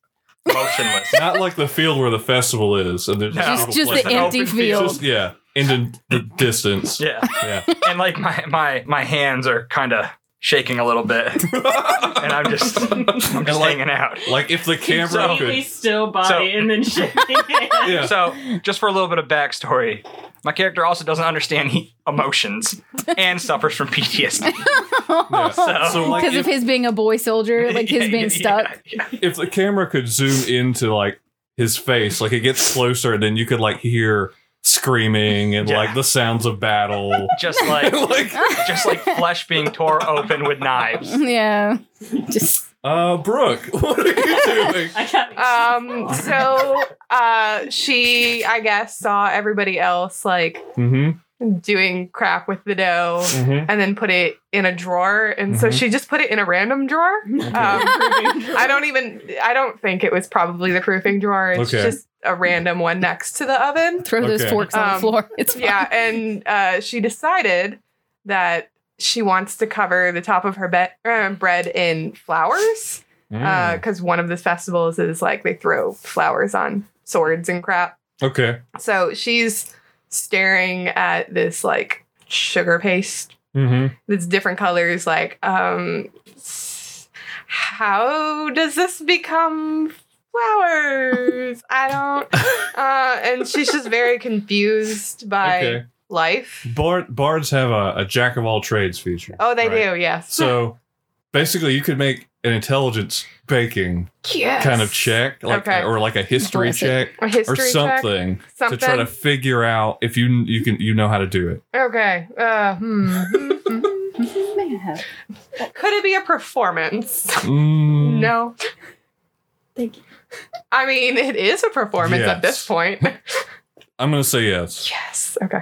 S4: motionless.
S1: Not like the field where the festival is, and there's
S4: No.
S3: just
S1: people
S3: just
S1: playing.
S3: the
S4: Like an
S3: empty
S4: open field. *laughs*
S3: field.
S1: Just- yeah, into the distance.
S4: Yeah,
S1: Yeah. *laughs*
S4: and like my my my hands are kind of shaking a little bit, and I'm just I'm just
S1: like-
S4: hanging out.
S1: Like if the camera
S2: Completely
S1: could.
S2: still body
S4: So-
S2: and then shaking it.
S1: Yeah.
S4: *laughs* So, just for a little bit of backstory, my character also doesn't understand he- emotions and suffers
S3: *laughs*
S4: from PTSD.
S1: yeah.
S4: So-
S1: So like
S3: Because
S1: if,
S3: of his being a boy
S4: *laughs*
S3: soldier, like his
S4: Yeah,
S3: being
S4: yeah,
S3: stuck. *laughs*
S4: yeah, yeah.
S1: if the camera could zoom into like his face, like it gets closer, and then you could like hear screaming and
S4: Yeah.
S1: like the sounds of battle.
S3: *laughs*
S4: Just like
S1: like
S4: just like flesh being tore open with knives.
S3: Yeah. Just
S1: uh Brooke, *laughs* what are you doing?
S2: I got
S5: Um, so uh, she, I guess, saw everybody else like
S1: Mm-hmm.
S5: doing crap with the dough
S1: Mm-hmm.
S5: and then put it in a drawer. And so
S1: Mhm.
S5: she just put it in a random *laughs* drawer. Um, *laughs* I don't even, I don't think it was probably the proofing drawer. It's
S1: Okay.
S5: just a random one next to the oven.
S3: throw those
S1: Okay.
S3: forks on the
S5: Um,
S3: floor. *laughs* It's fine.
S5: *laughs* Yeah. And uh, she decided that she wants to cover the top of her be- uh, bread in flowers. because one of the festivals is like they throw flowers on swords and crap.
S1: okay.
S5: So she's staring at this like sugar paste
S1: Mm-hmm.
S5: that's different colors. Like, um, s- how does this become flowers? I don't. Uh, and she's just very confused by
S1: Okay.
S5: life.
S1: Bard, bards have a, a jack of all trades feature.
S5: Oh, they
S1: right?
S5: do. Yes.
S1: So basically, you could make an intelligence baking
S5: Yes.
S1: kind of check, like
S5: Okay.
S1: or like a history
S3: Bless it.
S1: check
S5: A history
S1: or
S5: check?
S1: something,
S5: Something.
S1: to try to figure out if you you can you know how to do it.
S5: okay. Uh, hmm.
S3: Man.
S5: Could it be a performance?
S1: Mm,
S5: No.
S3: Thank you.
S5: I mean, it is a performance at this
S1: Yes.
S5: point.
S1: I'm gonna say yes.
S5: yes. Okay.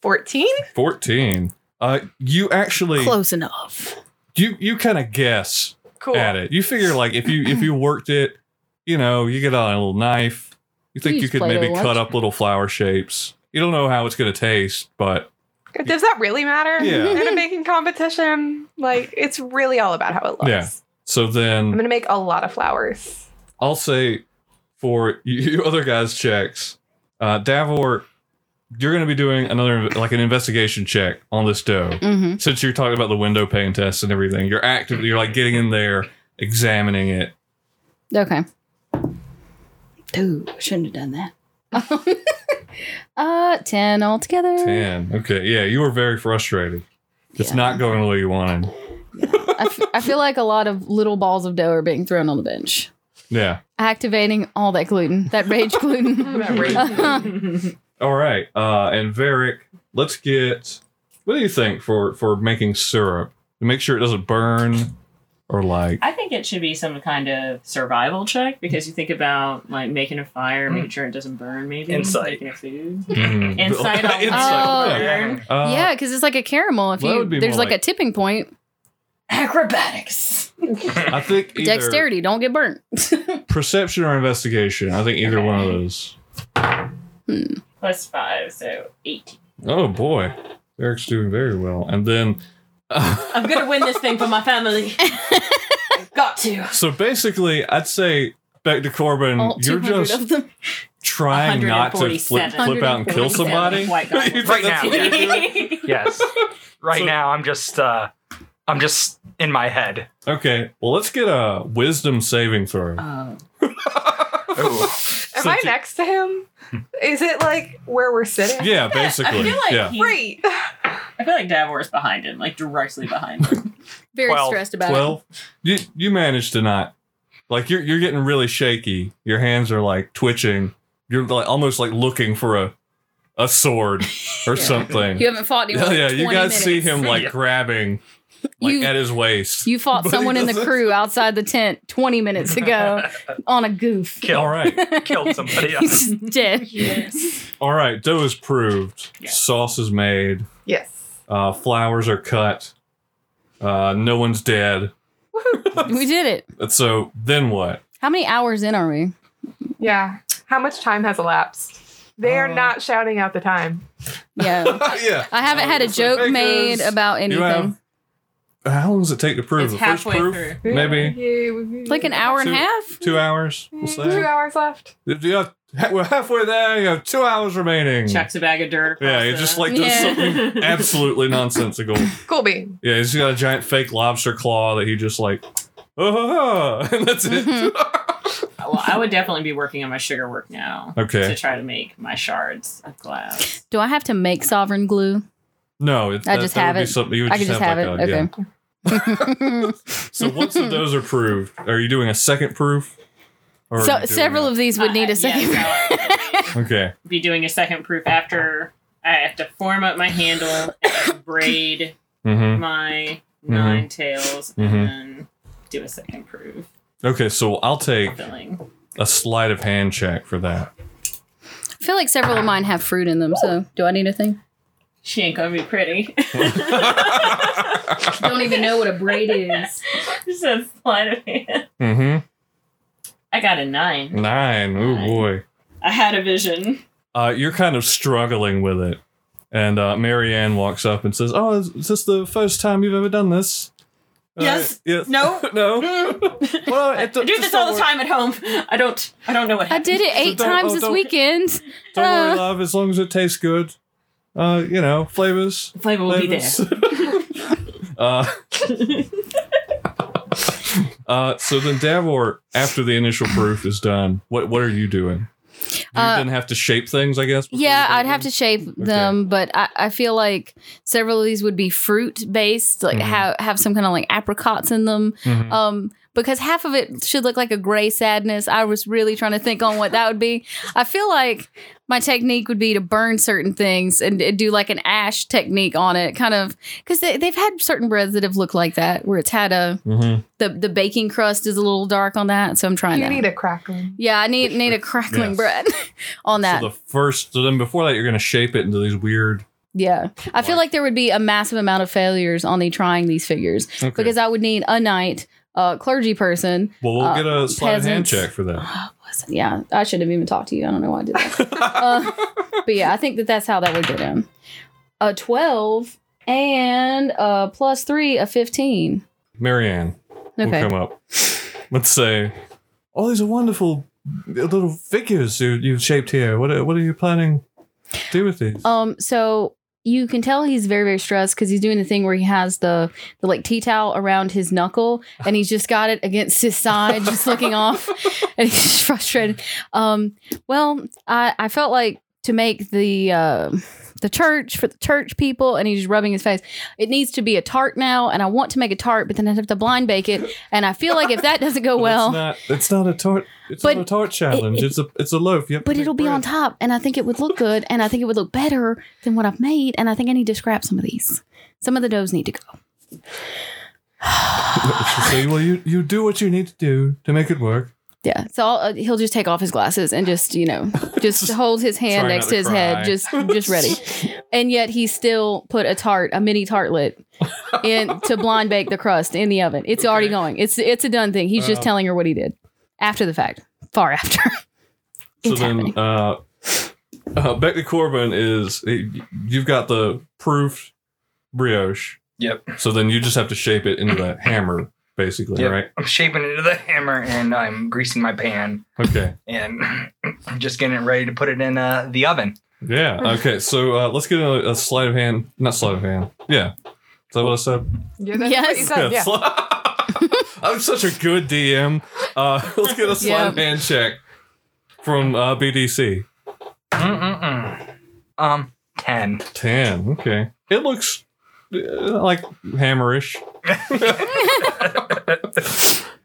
S5: 14?
S1: Fourteen. Uh, you actually
S3: Close enough.
S1: you you kind of guess
S5: Cool.
S1: at it. You figure like if you if you worked it, you know, you get out a little knife. You think
S3: You
S1: you,
S3: just
S1: could
S3: play
S1: maybe
S3: with
S1: cut
S3: it.
S1: up little flower shapes. You don't know how it's gonna taste, but
S5: Does that really matter
S1: Yeah.
S5: in a baking competition? Like, it's really all about how it looks.
S1: Yeah. so then
S5: I'm going to make a lot
S1: *laughs*
S5: of flowers.
S1: I'll say for *laughs* you, you other guys' checks, uh, Davor, you're going to be doing another like an investigation check on this dough.
S3: Mm-hmm.
S1: Since you're talking about the window pane test and everything, you're actively you're like getting in there, examining it.
S3: Okay. Dude, shouldn't have done that. *laughs* uh, 10 altogether.
S1: Ten. Okay, yeah, you were very frustrated. It's
S3: Yeah.
S1: not going the way you wanted.
S3: I, f- I feel like a lot of little balls of dough are being thrown on the bench.
S1: Yeah.
S3: Activating all that gluten, that rage gluten.
S5: That rage
S1: All right. Uh, and Varric, let's get. What do you think for for making syrup to make sure it doesn't burn or like?
S2: I think it should be some kind of survival check because you think about like making a fire, making sure it doesn't burn, maybe
S4: Insight.
S2: making a food.
S3: *laughs*
S1: Mm. *laughs*
S2: Insight on
S3: Oh.
S2: burn.
S1: Uh,
S3: *laughs* yeah, because it's like a caramel. If
S1: Well, that
S3: you
S1: would be
S3: there's
S1: more
S3: like,
S1: like-
S3: a tipping point.
S2: Acrobatics.
S1: I think either
S3: Dexterity, don't get burnt.
S1: perception or investigation. I think either one of those.
S2: Plus five, so eight.
S1: Oh boy, Eric's doing very well. And then,
S2: I'm gonna win this thing for my family. Got to.
S1: so basically, I'd say back to Corbin,
S3: All
S1: Mm, you're
S3: 200
S1: just
S3: of them. *laughs*
S1: trying not to flip,
S2: 147.
S1: flip out and kill somebody.
S2: 147 white goblins.
S1: You think
S4: Right
S1: that's
S4: now.
S1: what you're doing?
S2: *laughs*
S4: yes. Right
S1: So-
S4: now, I'm just uh, I'm just in my head.
S1: Okay, well, let's get a wisdom saving throw.
S2: Oh.
S4: Ooh.
S5: Am
S1: So
S5: I
S1: do-
S5: next to him?
S1: *laughs*
S5: Is it like where we're sitting?
S1: yeah, basically.
S2: I feel like
S1: yeah.
S2: he-
S3: *laughs*
S5: Great.
S2: I feel like Davor is behind him, like directly
S1: *laughs*
S2: behind him.
S3: Very
S4: Twelve.
S3: stressed about
S1: Twelve. You you managed to not like you're you're getting really shaky. Your hands are like twitching. You're like almost like looking for a a sword or
S3: Yeah.
S1: something.
S3: it. You haven't fought anyone.
S1: *laughs* yeah,
S3: in
S1: yeah.
S3: like
S1: You
S3: 20
S1: guys see
S3: minutes.
S1: him like
S4: Yeah.
S1: grabbing like
S3: You-
S1: at his waist.
S3: You
S1: *laughs*
S3: fought
S1: But he
S3: someone in the
S1: doesn't-
S3: crew outside the tent 20 minutes ago
S1: *laughs*
S3: on a goof.
S1: all right,
S4: Killed somebody else.
S3: *laughs* He's dead.
S1: all right. Dough is proved.
S2: Yeah.
S1: Sauce is made.
S5: Yes.
S1: Uh, flowers are cut. Uh, no one's dead.
S3: We did it.
S1: So then
S3: *laughs*
S1: what?
S3: How many hours in are we?
S5: Yeah. How much time has elapsed? They are
S1: Uh,
S5: not shouting out the time.
S3: Yeah.
S1: yeah. *laughs*
S3: I haven't had a
S1: It's
S3: joke
S1: like,
S3: made
S1: because
S3: about
S1: You have.
S3: anything.
S1: How long does it take to prove
S2: It's
S1: the first
S2: halfway
S1: proof?
S2: through.
S1: Maybe
S5: Yeah, yeah, yeah.
S3: Like an hour and a
S1: Two-
S3: half?
S1: two hours. We'll
S5: Mm-hmm. Two
S1: say.
S5: hours left.
S1: Do you have ha- we're halfway there. You have two hours remaining.
S2: Chucks a bag of dirt.
S1: Yeah,
S2: across
S1: it's just
S2: the- *laughs*
S1: like does
S3: Yeah.
S1: something *laughs* absolutely nonsensical.
S5: Colby.
S1: Yeah, he's got a giant fake lobster claw that he just like, oh, *laughs* and that's
S3: Mm-hmm.
S1: it.
S2: Well, I would definitely be working on my sugar work now to
S1: Okay.
S2: try to make my shards of glass.
S3: Do I have to make sovereign glue?
S1: No, it,
S3: I
S1: that,
S3: just
S1: that
S3: have
S1: would be
S3: it.
S1: something you would
S3: I can just have it.
S1: like a- yeah.
S3: okay.
S1: So once
S2: *laughs*
S1: of those are proved, are you doing a second proof? Or are you
S3: So
S1: doing
S3: several
S1: it-
S3: of these would need
S2: Uh,
S3: a second.
S2: yeah, so I would
S1: Okay.
S2: be doing a second proof after I have to form up my handle, and braid
S1: Mm-hmm.
S2: my 9 tails,
S1: Mhm.
S2: and then do a second proof
S1: Okay, so I'll take
S2: filling.
S1: a sleight of hand check for that.
S3: *laughs* I feel like several of mine have fruit in them. So do I need a thing?
S2: She ain't gonna be pretty. *laughs*
S3: Don't even know what a braid is.
S2: Just a sleight of hand.
S1: Mm-hmm.
S2: I got a nine.
S1: Nine. Oh
S2: Nine.
S1: boy.
S2: I had a vision.
S1: Uh, you're kind of struggling with it. And uh, Marianne walks up and says, "Oh, is, is this the first time you've ever done this?" Uh,
S2: Yes.
S1: yes. *laughs*
S2: No. *laughs*
S1: no. well,
S2: I
S1: it
S2: do
S1: do- just
S2: this
S1: don't
S2: all the
S1: worry-
S2: time at home. I don't. I don't know what
S3: I
S2: happened.
S3: did it eight
S1: Don't-
S3: times
S1: oh,
S3: this
S1: don't-
S3: weekend.
S1: Don't
S3: Uh.
S1: worry, love. As long as it tastes good, uh, you know, flavors.
S2: Flavor will be there.
S1: flavors. *laughs* uh, uh, so then, Davor, after the initial proof is done, what what are you doing? You
S3: Uh,
S1: didn't have to shape things, I guess. before you
S3: *laughs* Yeah,
S1: did
S3: I'd have
S1: them?
S3: to shape them, but I, I feel like several of these would be fruit based, like
S1: Mhm.
S3: have have some kind of like apricots in them.
S1: Mhm.
S5: Mm-hmm.
S3: Um, because half of it should look like a gray sadness. I was really trying to think on what that would be. I feel like my technique would be to burn certain things and d- do like an ash technique on it, kind of because they, they've had certain breads that have looked like that, where it's had a
S1: Mhm.
S3: the the baking crust is a little dark on that. So I'm trying
S5: You
S3: that.
S5: need a crackling.
S3: yeah, I need need a crackling
S1: Yes.
S3: bread *laughs* on that.
S1: So the first, so then before that, you're going to shape it into these weird.
S3: Yeah. I feel
S1: Why?
S3: like there would be a massive amount of failures on the trying these figures
S1: Okay.
S3: because I would need a knight, a clergy person.
S1: well, we'll
S3: uh,
S1: get a sleight of hand
S3: peasants.
S1: check for that.
S3: Listen, Yeah, I shouldn't have even talked to you. I don't know why I did that. Uh, but yeah, I think that that's how that would go down. A 12 and a plus three, a 15.
S1: Marianne will
S3: Okay.
S1: come up. Let's say, all these are wonderful little figures you, you've shaped here. What are, what are you planning to do with these?
S3: Um, so you can tell he's very, very stressed because he's doing the thing where he has the, the like tea towel around his knuckle and he's just got it against his side, just looking off. And he's just frustrated. Um, well, I, I felt like to make the uh, the church for the church people, and he's just rubbing his face. It needs to be a tart now, and I want to make a tart, but then I'd have to blind bake it. And I feel like if that doesn't go
S1: But
S3: well,
S1: it's not, it's not a tart. It's
S3: But
S1: not a tart challenge.
S3: it-
S1: it's a it's a loaf. You have to
S3: but
S1: make
S3: it'll be on
S1: bread.
S3: top and i think it would look good and i think it would look better than what i've made and i think i need to scrap some of these some of the doughs need to go
S1: *laughs* She say, well, you you do what you need to do to make it work.
S3: yeah so I'll, uh, he'll just take off his glasses and just
S1: *laughs*
S3: you know just hold his hand
S1: Try
S3: next
S1: not
S3: to
S1: to
S3: his
S1: cry.
S3: head just just ready
S1: *laughs*
S3: and yet he still put a tart a mini tartlet in to blind bake the crust in the oven it's already
S1: Okay.
S3: going it's it's a done thing he's just
S1: Wow.
S3: telling her what he did after the fact far after
S1: So
S3: it's
S1: then,
S3: happening
S1: uh, uh, Becky Corbin is you've got the proof brioche.
S4: Yep.
S1: So then you just have to shape it into that hammer, basically,
S4: Yep.
S1: right?
S4: I'm shaping it into the hammer and I'm greasing my pan
S1: Okay.
S4: and *clears throat* just getting it ready to put it in uh, the oven.
S3: *laughs*
S1: Yeah. Okay. So uh, let's get a, a sleight of hand. Not sleight of hand. Yeah. Is that what I said?
S5: Yeah, that's
S3: Yes.
S5: what you said. Yeah.
S1: sli- *laughs* I'm such a good DM. Uh, *laughs* let's get a sleight of hand check from uh, BDC.
S4: Mm-mm-mm. Um, 10.
S1: 10. Okay. It looks uh, like hammerish. *laughs*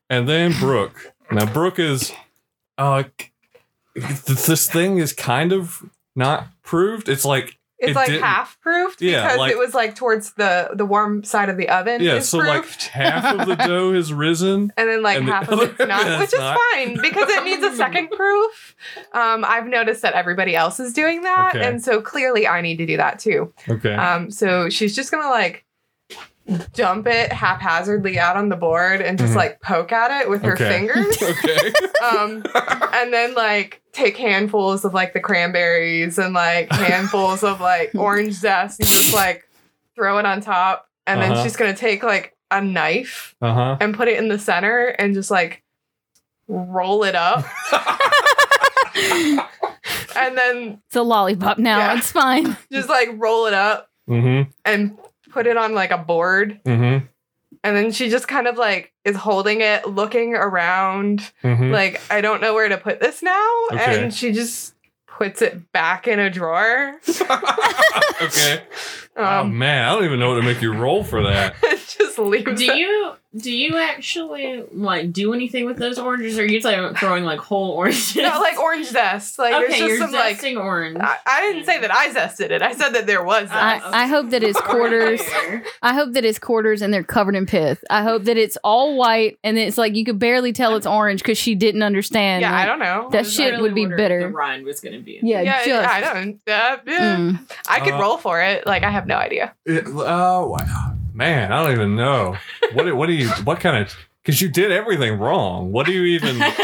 S1: and then Brooke. Now, Brooke is. Uh, c- th- this thing is kind of not proved. It's like.
S5: It's
S1: It
S5: like
S1: didn't-
S5: half proofed
S1: Yeah,
S5: because
S1: like-
S5: it was like towards the the warm side of the oven.
S1: Yeah,
S5: is
S1: so like
S5: proofed,
S1: half of the dough has risen.
S5: and then like
S1: and the
S5: half of
S1: other- *laughs*
S5: it's not,
S1: Yeah,
S5: which
S1: it's
S5: is
S1: not.
S5: fine because it
S1: *laughs*
S5: needs a second proof. Um, I've noticed that everybody else is doing that,
S1: Okay.
S5: and so clearly I need to do that too.
S1: Okay.
S5: Um, so she's just gonna like dump it haphazardly out on the board and just
S1: Mhm.
S5: like poke at it with her
S1: Okay. *laughs*
S5: fingers.
S1: okay.
S5: um, and then like take handfuls of like the cranberries and
S1: *laughs*
S5: like handfuls of like orange zest and just like throw it on top. And then
S1: Uh-huh.
S5: she's gonna take like a knife
S1: Uh
S5: and put it in
S1: *laughs*
S5: the center and just like roll it up.
S1: huh.
S5: and then
S3: It's a lollipop now.
S5: Yeah.
S3: It's fine.
S5: just like roll it up
S1: Mm-hmm.
S5: and put it on like a board.
S1: Mm-hmm.
S5: And then she just kind of like is holding it, looking around,
S1: Mm-hmm.
S5: like, I don't know where to put this now.
S1: Okay.
S5: And she just puts it back in
S1: *laughs*
S5: a drawer.
S1: okay. oh
S5: Um, *laughs*
S1: man, I don't even know what to make you roll for that.
S5: just leaves
S2: *laughs* Do
S5: it.
S2: you do you actually like do anything with those oranges, or are you talking about throwing like whole *laughs* oranges?
S5: Not like orange zest. Like
S2: okay,
S5: there's just
S2: you're
S5: some like
S2: zesting orange.
S5: I, I didn't say that I zested it. I said that there was
S2: Uh,
S5: zest.
S3: I, I hope that it's
S2: *laughs*
S3: quarters. I hope that it's quarters and they're covered in pith. I hope that it's all white and it's like you could barely tell it's orange because she didn't understand.
S5: yeah, I
S3: like,
S5: don't know.
S3: That shit would be bitter.
S2: The rind was gonna be.
S3: Yeah,
S5: Yeah,
S3: just.
S5: I don't. Uh, yeah.
S3: Mm.
S5: I could
S1: Uh,
S5: roll for it. Like I have no idea.
S1: It, oh wow. man, I don't even know. What do- what do you what kind of because you did everything wrong. What do you even *laughs*
S2: *laughs*
S1: like?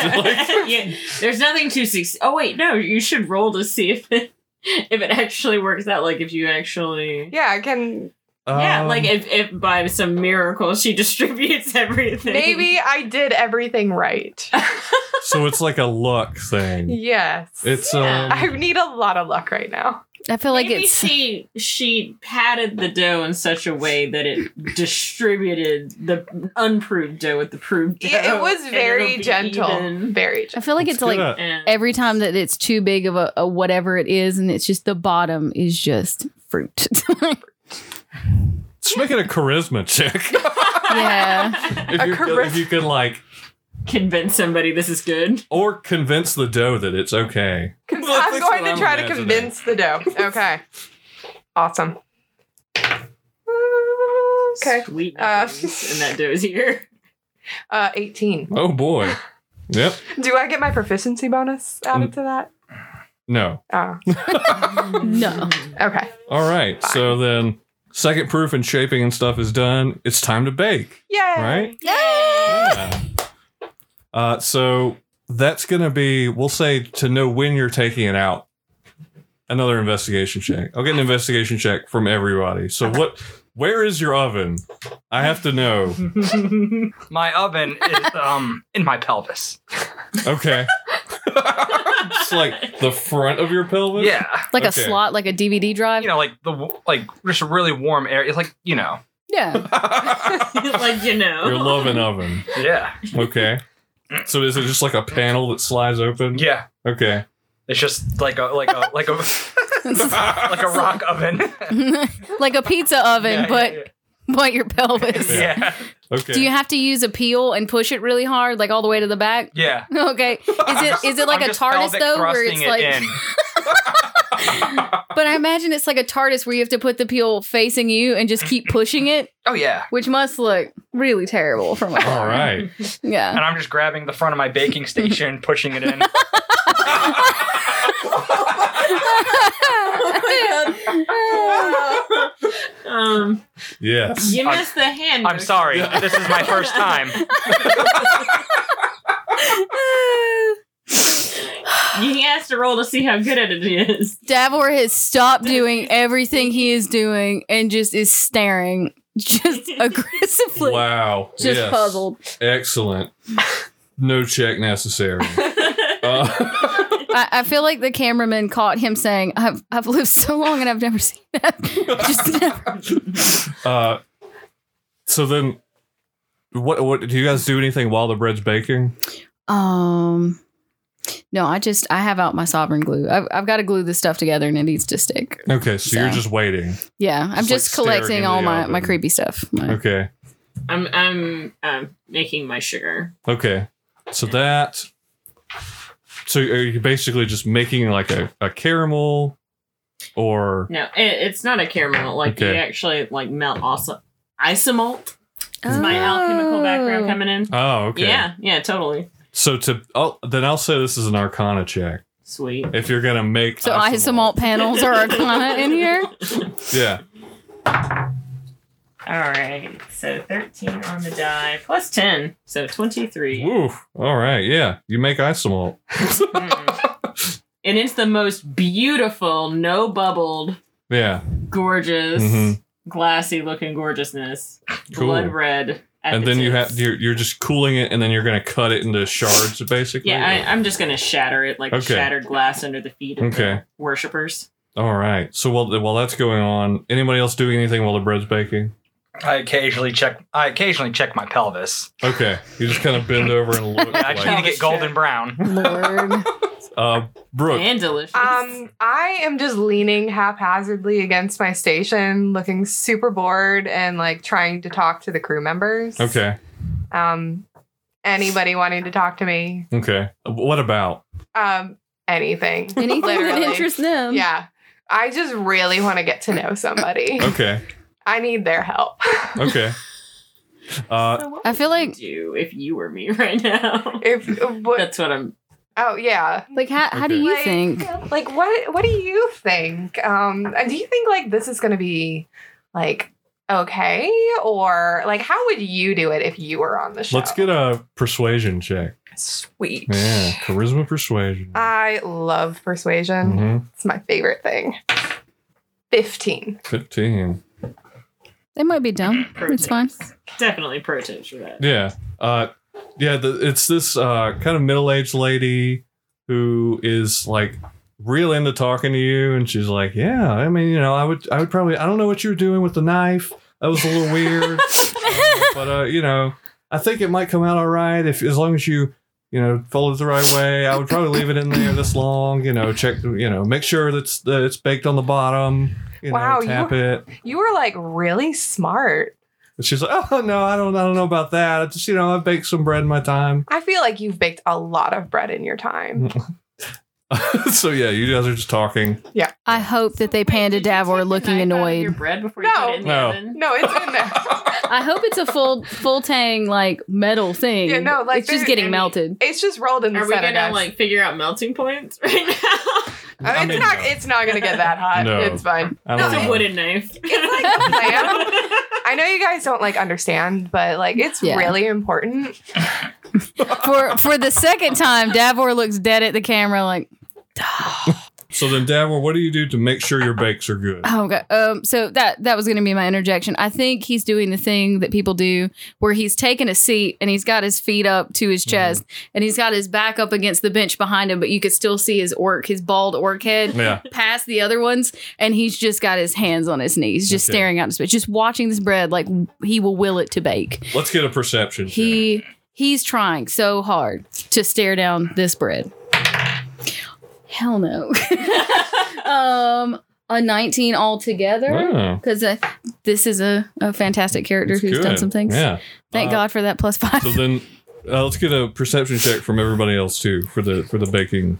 S2: yeah, there's nothing to succeed. Oh wait, no, you should roll to see if it *laughs* if it actually works out. Like if you actually.
S5: Yeah, I can.
S2: Yeah,
S1: Um,
S2: like if, if by some miracle she *laughs* distributes everything.
S5: Maybe I did
S3: *laughs*
S5: everything right.
S1: so it's like a luck thing.
S5: yes.
S1: It's
S2: Yeah.
S1: um
S5: I need a lot of luck right now.
S3: I feel like
S2: Maybe
S3: it's.
S2: she she patted the dough in such a way that it distributed the unproved dough with the proved dough.
S5: Yeah, it was
S2: and
S5: very
S2: it'll be
S5: gentle.
S2: even.
S5: Very gentle.
S3: I feel like
S1: let's
S3: it's
S1: get
S3: like
S1: a-
S2: And- *laughs*
S3: every time that it's too big of a, a whatever it is, and it's just the bottom is just fruit. *laughs*
S1: let's make it a charisma check.
S3: yeah.
S1: if,
S5: A
S1: you could, if
S5: charis-
S1: you could like
S2: Convince somebody this is good.
S1: or convince the dough that it's okay.
S5: Con-
S1: Well, that's
S5: I'm going
S1: what
S5: to
S1: I'm
S5: try to
S1: imagining.
S5: convince the dough.
S2: *laughs*
S5: Okay. awesome. Okay.
S2: Sweet
S5: Uh,
S2: nothings in that dough's ear.
S5: Uh, 18.
S1: Oh boy. Yep.
S5: Do I get my proficiency bonus added to that?
S1: No.
S5: Oh,
S3: No.
S5: okay.
S1: All right. So then second proof and shaping and stuff is done. It's time to bake.
S5: Yay.
S1: Right? Yeah. Uh, so that's going to be, we'll say to know when you're taking it out. Another investigation check. I'll get an investigation check from everybody. So what? Where is your oven? I have to know.
S4: My oven
S3: *laughs*
S4: is um in my pelvis.
S1: Okay. *laughs* it's like the front of your pelvis.
S4: Yeah,
S3: Like a
S1: Okay.
S3: slot, like a DVD drive.
S4: you know, like the w- like just a really warm air. It's like you know.
S3: yeah.
S2: *laughs*
S3: *laughs*
S2: like you know.
S1: Your loving oven.
S4: Yeah,
S1: Okay. So is it just like a panel that slides open?
S4: yeah.
S1: Okay.
S4: It's just like a like a
S3: *laughs*
S4: like a like a rock oven.
S3: like a pizza oven,
S4: Yeah,
S3: but
S4: yeah,
S3: but your pelvis.
S4: yeah. yeah.
S1: Okay.
S3: Do you have to use a peel and push it really hard, like all the way to the back?
S4: yeah.
S3: *laughs* Okay. Is it is it like
S4: I'm
S3: a
S4: just
S3: TARDIS
S4: pelvic
S3: though, where it's like?
S4: thrusting it in.
S3: But I imagine it's like a TARDIS where you have to put the peel facing you and just keep pushing it,
S4: oh yeah.
S3: which must look really terrible from
S4: *laughs*
S3: afar.
S1: All
S3: *laughs*
S1: right.
S3: Yeah.
S4: And I'm just grabbing the front of my baking station, pushing it in.
S2: um,
S1: Yes.
S2: you missed the hand.
S4: I'm
S2: motion.
S4: sorry, this is
S3: *laughs*
S4: my first time.
S2: He has to roll to see how good at it is.
S3: Davor has stopped doing everything he is doing and just is staring just aggressively.
S1: Wow.
S3: Just
S1: Yes.
S3: puzzled.
S1: Excellent. No check necessary. Uh,
S3: I, I feel like the cameraman caught him saying, I've, I've lived so long and I've never seen that. *laughs* just never.
S1: uh, so then, what? What do you guys do anything while the bread's baking?
S3: Um, no, I just, I have out my sovereign glue. I've, I've got to glue this stuff together and it needs to stick.
S1: Okay, so, you're
S3: So.
S1: just waiting.
S3: Yeah, I'm
S1: Just, like,
S3: just
S1: staring
S3: collecting
S1: into
S3: all
S1: the
S3: my,
S1: oven.
S3: my creepy stuff. My- *laughs*
S1: Okay.
S2: I'm I'm um, making my sugar.
S1: Okay. So that. So are you basically just making like a, a caramel, or
S2: No, it, it's not a caramel. Like you
S1: Okay.
S2: actually like melt also isomalt. Is
S3: Oh.
S2: my alchemical background coming in?
S1: oh, okay.
S2: Yeah, yeah, totally.
S1: So to oh, then I'll say this is an Arcana check.
S2: Sweet.
S1: If you're gonna make
S3: So
S1: isomalt.
S3: isomalt panels are arcana in here.
S1: yeah.
S2: All right. So 13 on the die plus 10, so 23.
S1: Woof. All right. Yeah. You make isomalt. *laughs*
S2: Mm. and it's the most beautiful, no bubbled,
S1: Yeah.
S2: gorgeous,
S1: Mhm.
S2: glassy looking gorgeousness.
S1: Cool.
S2: Blood red at
S1: and
S2: the
S1: then you
S2: tips.
S1: have you're, you're just cooling it, and then you're gonna cut it into shards, basically.
S2: Yeah, I, I'm just gonna shatter it like
S1: Okay.
S2: shattered glass under the feet of
S1: Okay.
S2: the worshippers.
S1: All right. So while while that's going on, anybody else doing anything while the bread's baking?
S4: I occasionally check. I occasionally check my pelvis.
S1: Okay, you just kind of bend over and
S2: *laughs*
S1: look.
S4: I just need
S1: like,
S4: to get
S5: Pelvis
S4: golden
S5: check.
S4: brown.
S3: *laughs* Lord.
S1: uh, Brooke,
S2: And delicious.
S5: Um, I am just leaning haphazardly against my station, looking super bored and like trying to talk to the crew members.
S1: Okay.
S5: Um, anybody wanting to talk to me?
S1: Okay. What about?
S5: Um, anything.
S3: Anything that
S5: Literally.
S3: interests them.
S5: Yeah. I just really want to get to know
S3: *laughs*
S5: somebody.
S1: Okay.
S5: I need their help.
S2: *laughs*
S1: Okay. Uh,
S2: So what
S3: I feel
S2: would you *laughs*
S3: like-
S2: do if you were me *laughs* right now.
S5: *laughs* If what,
S2: That's what I'm.
S5: oh yeah,
S3: Like, how, how do
S1: Okay.
S3: you
S5: Like-
S3: think?
S5: like what? What do you think? Um, do you think like this is gonna be like okay, or like how would you do it if you were on the show?
S1: let's get a persuasion check.
S5: sweet.
S1: Yeah, charisma persuasion.
S5: I love persuasion.
S1: hmm
S5: It's my favorite thing. 15.
S1: Fifteen.
S3: They might be dumb.
S2: Pro
S3: It's fine.
S2: tips. Definitely pro tips for that.
S1: Yeah. Uh, yeah. The, it's this uh, kind of middle-aged lady who is like real into talking to you, and she's like, "Yeah, I mean, you know, I would, I would probably, I don't know what you were doing with the knife. That was a little weird, Uh, but uh, you know, I think it might come out all right if, as long as you." You know, follow it the right way. I would probably leave it in there this long. You know, check. You know, make sure that's that it's baked on the bottom. You
S5: Wow,
S1: know,
S5: you-
S1: tap it.
S5: You were like really smart.
S1: And she's like, "Oh no, I don't, I don't know about that. I just, you know, I baked some bread in my time."
S5: I feel like you've baked a lot of bread in your time.
S1: *laughs* so yeah, you guys are just talking.
S3: I hope that they
S2: Wait, did you take
S3: pandadaver
S2: the
S3: looking
S2: knife out of Your
S3: annoyed.
S2: bread before
S5: No.
S2: you put it in the
S1: No.
S2: oven.
S5: No, it's
S2: *laughs*
S5: in there.
S3: I hope it's a full full tang like metal thing.
S5: Yeah, no, like,
S3: it's just
S5: there-
S3: getting
S5: I mean-
S3: melted.
S5: It's just rolled in the
S2: Are we
S5: center.
S2: gonna
S5: guys.
S2: like figure out melting points *laughs* right now?
S5: I mean, it's, not, it's not gonna get that hot.
S1: No.
S2: *laughs*
S5: It's fine.
S1: I
S2: It's
S1: don't
S2: a
S1: know.
S2: wooden knife.
S5: It's
S2: *laughs*
S5: like a plan. I know you guys don't like understand, but like it's
S3: Yeah.
S5: really important.
S3: for for the second time, Davor looks dead at the camera like
S1: So then, Davor, what do you do to make sure your bakes are
S3: *laughs*
S1: good?
S3: Oh god. Um. So that that was going to be my interjection. I think he's doing the thing that people do, where he's taken a seat and he's got his feet up to his chest and he's got his back up against the bench behind him, but you could still see his orc, his bald orc head
S1: Yeah.
S3: past the other ones, and he's just got his hands on his knees, just
S1: Okay.
S3: staring out his space, just watching this bread like he will will it to bake.
S1: Let's get a perception. check.
S3: He he's trying so hard to stare down this bread. Hell no. *laughs* um. A 19 altogether
S1: Oh,
S3: because uh, this is a, a fantastic character
S1: that's
S3: who's done
S1: good.
S3: some things.
S1: Yeah.
S3: Thank
S1: Uh,
S3: God for that plus five.
S1: So then, uh, let's get a perception check from everybody else too for the for the baking.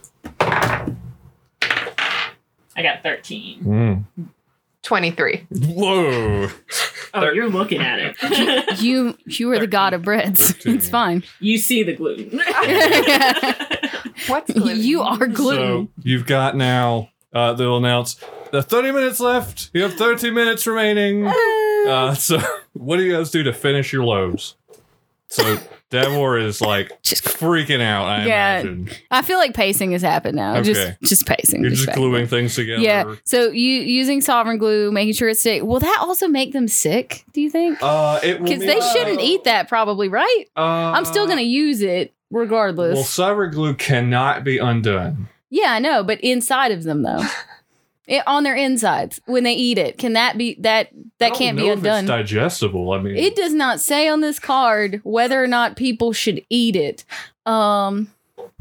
S2: I got thirteen.
S1: Mm. *laughs*
S5: Twenty-three.
S1: Whoa.
S2: Oh, you're looking at it. *laughs*
S3: *laughs* *laughs* you you are the god of
S1: *laughs*
S3: breads. It's fine.
S2: you see the gluten.
S5: What's
S3: *laughs*
S5: gluten?
S3: you are gluten.
S1: So you've got now. Uh, they'll announce the 30 minutes left. You have 30 minutes remaining. Uh, so, *laughs* what do you guys do to finish your loaves? So, Davor is like
S3: Just-
S1: freaking out. I
S3: Yeah.
S1: imagine
S3: I feel like pacing has happened now.
S1: Okay.
S3: Just just pacing.
S1: you're just
S3: back.
S1: gluing things together.
S3: Yeah. So you using sovereign glue, making sure it's stick. Will that also make them sick? Do you think?
S1: Uh, it will
S3: Because they
S1: make-
S3: shouldn't eat that, probably, right?
S1: Uh,
S3: I'm still gonna use it regardless.
S1: Well, cyber glue cannot be undone.
S3: Yeah, I know, but inside of
S1: *laughs*
S3: them though. It, on their insides when they eat it. Can that be that
S1: I
S3: that
S1: don't
S3: can't
S1: know
S3: be
S1: if
S3: undone?
S1: It's digestible. I mean,
S3: It does not say on this card whether or not people should eat it. Um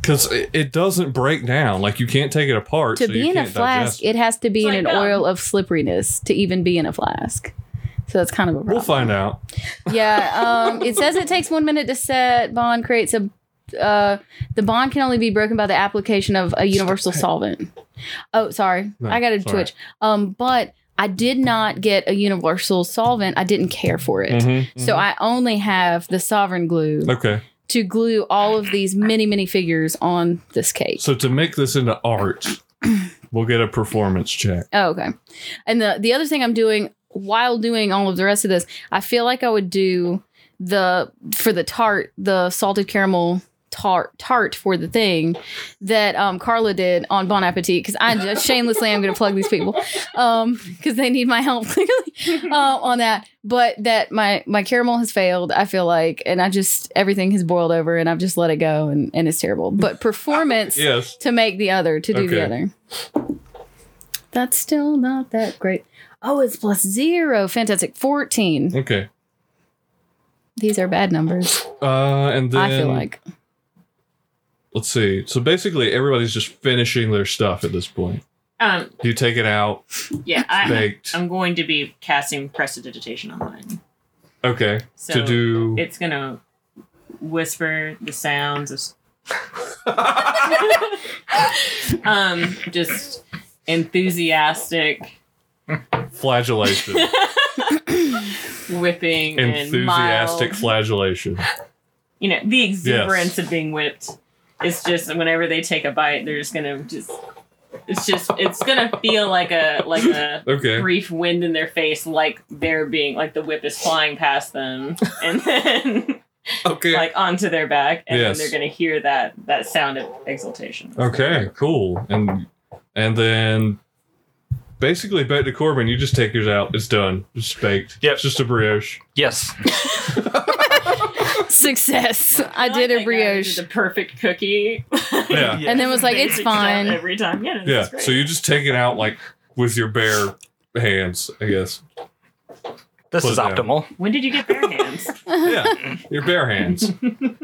S1: because it, it doesn't break down. Like you can't take it apart.
S3: to
S1: so
S3: be
S1: you
S3: in a
S1: can't
S3: flask,
S1: digest
S3: it has to be
S2: It's like
S3: in
S2: um,
S3: an
S2: gum.
S3: oil of slipperiness to even be in a flask. So that's kind of a problem.
S1: We'll find out.
S3: Yeah, um, it says it takes one minute to set. Bond creates a. Uh, the bond can only be broken by the application of a universal solvent. Oh, sorry,
S1: No,
S3: I got a
S1: it's all
S3: twitch. Um, but I did not get a universal solvent. I didn't care for it,
S1: Mhm,
S3: so I only have the sovereign glue
S1: mhm. okay.
S3: to glue all of these many, many figures on this cake.
S1: So to make this into
S3: *clears throat*
S1: art, we'll get a performance check.
S3: Oh, okay. And the the other thing I'm doing while doing all of the rest of this, I feel like I would do the for the tart, the salted caramel tart tart for the thing that um, Carla did on Bon Appetit because I just shamelessly am going to plug these people because they need my help *laughs* clearly uh, on that. But that my my caramel has failed. I feel like, and I just everything has boiled over, and I've just let it go, and, and it's terrible. But performance
S1: Yes.
S3: to make the other to do
S1: Okay.
S3: the other. That's still not that great. Oh, it's plus zero. Fantastic. 14.
S1: Okay.
S3: These are bad numbers,
S1: Uh, and then
S3: I feel like.
S1: let's see. So basically, everybody's just finishing their stuff at this point.
S2: Um,
S1: You take it out,
S2: yeah,
S3: Uh-huh.
S2: I,
S3: Um,
S1: baked.
S2: I'm going to be casting prestidigitation on mine.
S1: Okay.
S2: So
S1: to do.
S2: it's gonna whisper the sounds of s- um just enthusiastic
S1: flagellation.
S2: whipping *laughs* and
S1: Enthusiastic
S2: mild,
S1: flagellation.
S2: you know the exuberance of being whipped it's just whenever they take a bite they're just gonna just it's just it's gonna feel like a like a
S1: *laughs* Okay.
S2: brief wind in their face like they're being like the whip is flying
S1: *laughs*
S2: past them and then
S1: Okay.
S2: like onto their back and
S1: Yes.
S2: then they're gonna hear that that sound of exultation
S1: Okay, cool. And and then basically back to Corbin, you just take yours out. It's done. It's baked.
S4: Yep.
S1: It's just a *laughs* brioche.
S4: *laughs* Yes.
S3: Success. I did
S5: Oh
S2: like that guy who did
S3: a brioche.
S2: the perfect cookie.
S1: Yeah.
S3: And then was like,
S2: Basic
S3: it's
S2: stuff
S3: fine.
S2: every time. Yeah, no,
S1: Yeah.
S2: this is
S1: So
S2: great.
S1: you just take it out like with your bare hands, I guess.
S4: This
S1: Put
S4: is
S1: it down.
S4: optimal.
S2: when did you get bare hands?
S1: Yeah. *laughs* your bare hands.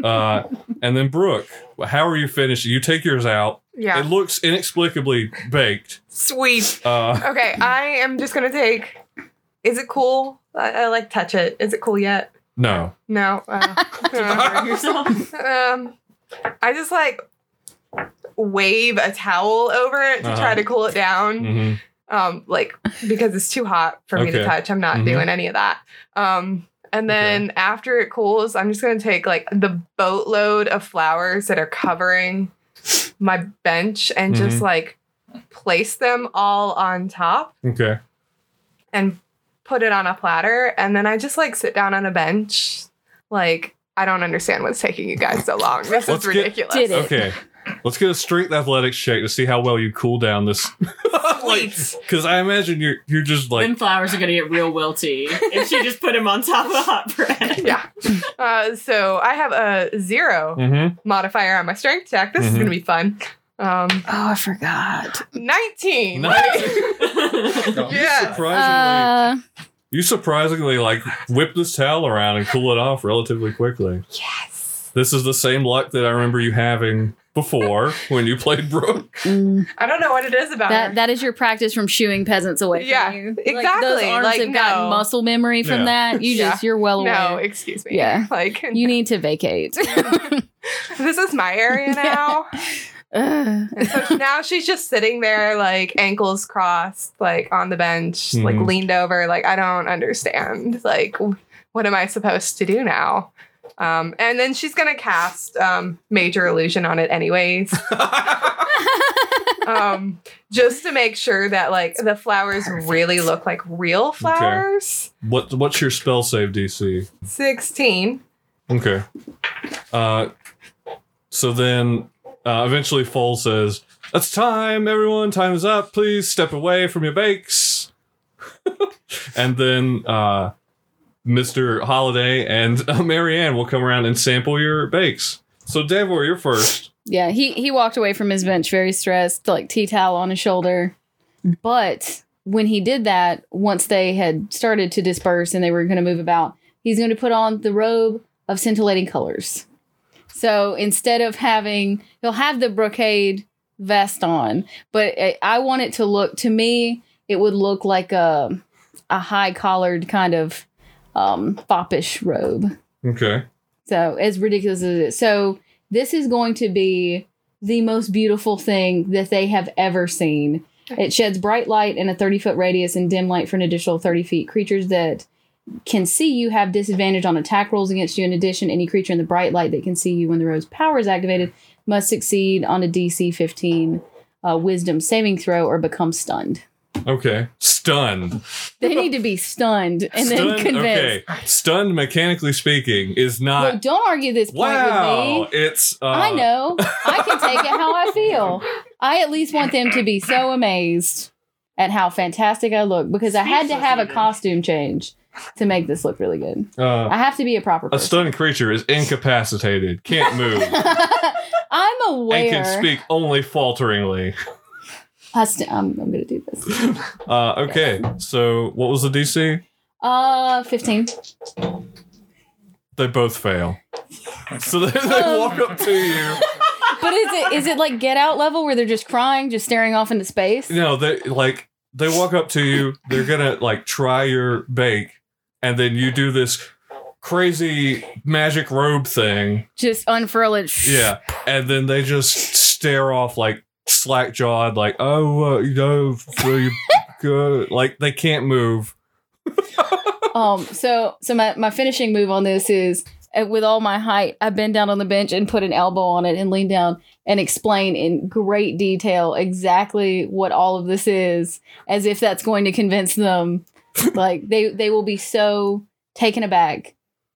S1: Uh, and then Brooke, how are you finishing? You take yours out. It
S5: Yeah.
S1: looks inexplicably baked.
S5: Sweet.
S1: Uh,
S5: Okay, I am just gonna take. Is it cool? I, I like touch it. Is it cool yet?
S1: no.
S5: No. Uh,
S2: *laughs* Burn
S3: *laughs*
S2: yourself.
S5: *laughs* um, I just like wave a towel over it to
S1: Uh-huh.
S5: try to cool
S2: Mm-hmm.
S5: it down.
S1: hmm
S5: um like because it's too hot for me
S1: Okay.
S5: to touch i'm not
S1: Mhm.
S5: doing any of that um and then after it cools i'm just going to take like the boatload of flowers that are covering my bench and
S1: Mm-hmm.
S5: just like place them all on top
S1: Okay.
S5: and put it on a platter and then i just like sit down on a bench like i don't understand what's taking you guys so long
S1: Let's
S5: this is
S1: get-
S5: ridiculous
S3: Did it.
S1: Okay. Let's get a strength athletics check to see how well you cool down this. *laughs* like, because I imagine you're you're just *laughs* like
S2: Then flowers are gonna get real wilty if she just put him on top of hot *laughs* bread.
S5: yeah *laughs* uh, so i have a zero
S1: Mm-hmm.
S5: modifier on my strength check. This is
S1: Mhm.
S5: going to be fun. Um,
S3: Oh, I forgot.
S4: *laughs*
S5: 19. Yes.
S1: Surprisingly,
S3: Uh,
S1: you surprisingly like whip this towel around and cool it off relatively quickly.
S5: Yes.
S1: This is the same luck that I remember you having before when you played Brooke.
S3: mm,
S5: I don't know what it is about
S3: that
S5: her.
S3: that is your practice from shooing peasants away
S5: Yeah,
S3: from you. Like, those
S5: exactly.
S3: arms
S5: Like,
S3: have gotten
S5: no.
S3: muscle memory from that. You
S5: Yeah.
S3: just you're well
S5: no,
S3: aware.
S5: excuse me.
S3: Yeah.
S5: Like, *laughs*
S3: You need to vacate.
S5: this is
S3: *laughs*
S5: my area now.
S3: Ugh.
S5: And so now she's just sitting there, like, ankles crossed, like, on the bench, like,
S1: Mhm.
S5: leaned over. Like, I don't understand. Like, w- what am I supposed to do now? Um, and then she's going to cast um, Major Illusion on it, anyways. *laughs* um, just to make sure that like the flowers really look like real flowers.
S1: What what's your spell save DC?
S5: Sixteen.
S1: Okay. Uh, so then uh, eventually Foal says, "That's time, everyone. Time is up. Please step away from your bakes." *laughs* and then uh, Mr. Holiday and uh, Marianne will come around and sample your bakes. So Davor, you're first.
S3: Yeah, he he walked away from his bench very stressed, like tea towel on his shoulder. But when he did that, once they had started to disperse and they were going to move about, he's going to put on the robe of scintillating colors. So instead of having, he'll have the brocade vest on, but I, I want it to look to me, it would look like a a high collared kind of um, foppish robe.
S1: Okay.
S3: So as ridiculous as it is. So this is going to be the most beautiful thing that they have ever seen. It sheds bright light in a 30 foot radius and dim light for an additional 30 feet. Creatures that can see you have disadvantage on attack rolls against you. In addition, any creature in the bright light that can see you when the robe's power is activated must succeed on a DC 15 uh, wisdom saving throw or become stunned.
S1: Okay. Stunned.
S3: They need to be stunned and then convinced.
S1: Okay. Stunned, mechanically speaking, is not.
S3: Well, don't argue this point
S1: wow.
S3: with me.
S1: It's. Uh,
S3: I know. I can take it
S1: *laughs*
S3: how I feel. I at least want them to be so amazed at how fantastic I look because I had to
S2: Speechless
S3: have a
S2: even.
S3: costume change to make this look really good.
S1: Uh,
S3: I have to be a proper
S1: a
S3: person.
S1: stunned creature is incapacitated, can't
S3: *laughs*
S1: move,
S3: I'm aware.
S1: and can speak only falteringly.
S3: I st- I'm, I'm gonna do this.
S1: Uh, okay, so what was the DC?
S3: Uh, fifteen.
S1: They both fail. So they, they
S3: Oh
S1: walk up to you.
S3: But is it is it like Get Out level where they're just crying, just staring off into space?
S1: No, they like they walk up to you. They're gonna like try your bake, and then you do this crazy magic robe thing.
S3: Just unfurl it.
S1: Yeah, and then they just stare off like slack jawed, like oh, uh, you know, so you go like they can't move.
S3: Um. So so my my finishing move on this is. uh, With all my height, I bend down on the bench and put an elbow on it and lean down and explain in great detail exactly what all of this is, as if that's going to convince
S1: *laughs*
S3: them. like they they will be so taken aback,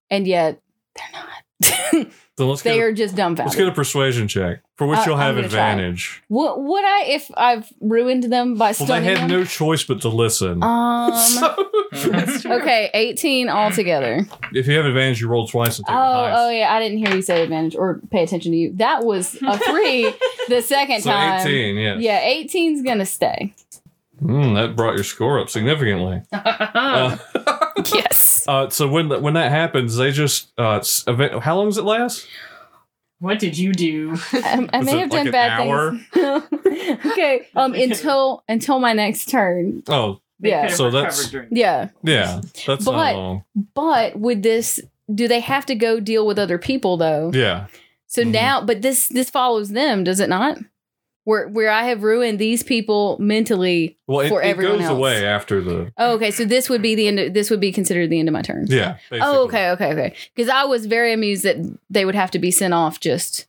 S3: and yet they're not.
S1: Then let's
S3: they
S1: get a,
S3: are just
S1: let's get
S3: dumbfounded.
S1: a persuasion check for which
S3: I-
S1: you'll
S3: Uh, I'm
S1: have
S3: gonna try.
S1: advantage.
S3: What would I if I've ruined them by
S1: Well, they
S3: stunning
S1: had
S3: them?
S1: no choice but to listen. *laughs*
S3: um.
S1: So,
S3: Okay, eighteen altogether.
S1: if you have advantage, you roll twice and
S3: Oh,
S1: take the highest.
S3: oh yeah, I didn't hear you say advantage or pay attention to you. That was
S1: *laughs*
S3: a three the second
S1: so
S3: time.
S1: 18, yeah.
S3: Yeah, 18's gonna stay.
S1: Mm, that brought your score up significantly.
S3: Oh.
S1: Uh,
S3: Yes.
S1: uh, so when th- when that happens, they just uh, s- event- how long does it last?
S2: What did you do?
S3: I, I
S1: Was
S3: may
S1: it like
S3: have done
S1: an
S3: bad
S1: hour?
S3: things. *laughs* okay.
S1: *laughs*
S3: Um until until my next turn.
S1: Oh,
S2: They
S3: Yeah.
S2: could have
S1: So that's-
S2: recovered during-
S3: Yeah.
S1: yeah, that's
S3: But-
S1: not long.
S3: But would this do they have to go deal with other people though?
S1: Yeah,
S3: So
S1: Mhm.
S3: now, but this this follows them, does it not? Where where I have ruined these people mentally.
S1: well, it,
S3: For
S1: it
S3: everyone
S1: goes
S3: else.
S1: away after the
S3: Oh, okay, so this would be the end. Of, this would be considered the end of my turn.
S1: yeah. Basically. Uh,
S3: Oh, okay, okay, okay. Because I was very amused that they would have to be sent off just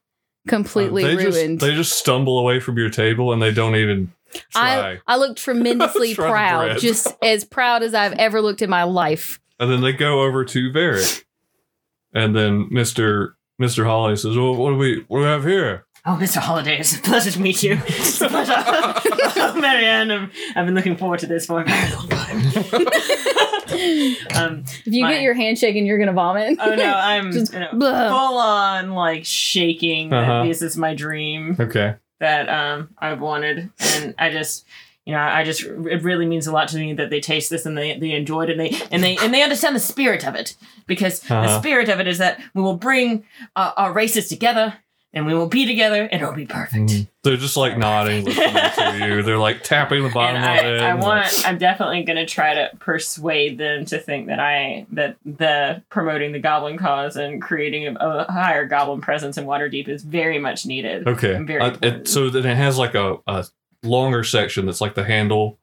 S3: completely
S1: Uh, they
S3: ruined.
S1: Just, they just stumble away from your table and they don't even try,
S3: I
S1: *laughs*
S3: I look tremendously
S1: Try to
S3: proud,
S1: bread.
S3: just as proud as I've ever looked in my life.
S1: and then they go over to Varric, and then Mister Mister Holly says, "Well, what do we what do we have here?"
S2: Oh, Mr. Holiday, it's a *laughs* pleasure to meet you. It's a pleasure. oh, Marianne, I'm, I've been looking forward to this for a very long
S3: *laughs*
S2: time. um,
S3: If you
S2: Fine.
S3: get your handshake and you're gonna vomit.
S2: oh no, I'm
S3: Just
S2: you know,
S3: *laughs* blah.
S2: full on like shaking. that
S1: Uh-huh.
S2: This is my dream
S1: Okay,
S2: that um, I've wanted, and I just. You know, I just it really means a lot to me that they taste this and they, they enjoy it and they and they and they understand the spirit of it because the
S1: Uh-huh.
S2: spirit of it is that we will bring uh, our races together and we will be together and it'll be perfect.
S1: they're just like nodding, listening to you. They're like tapping the bottom
S2: and
S1: of it.
S2: I, I
S1: and,
S2: want. I'm definitely going to try to persuade them to think that I that the promoting the goblin cause and creating a, a higher goblin presence in Waterdeep is very much needed.
S1: Okay.
S2: And very
S1: Uh,
S2: important.
S1: it, so then it has like a, a longer section that's like the handle,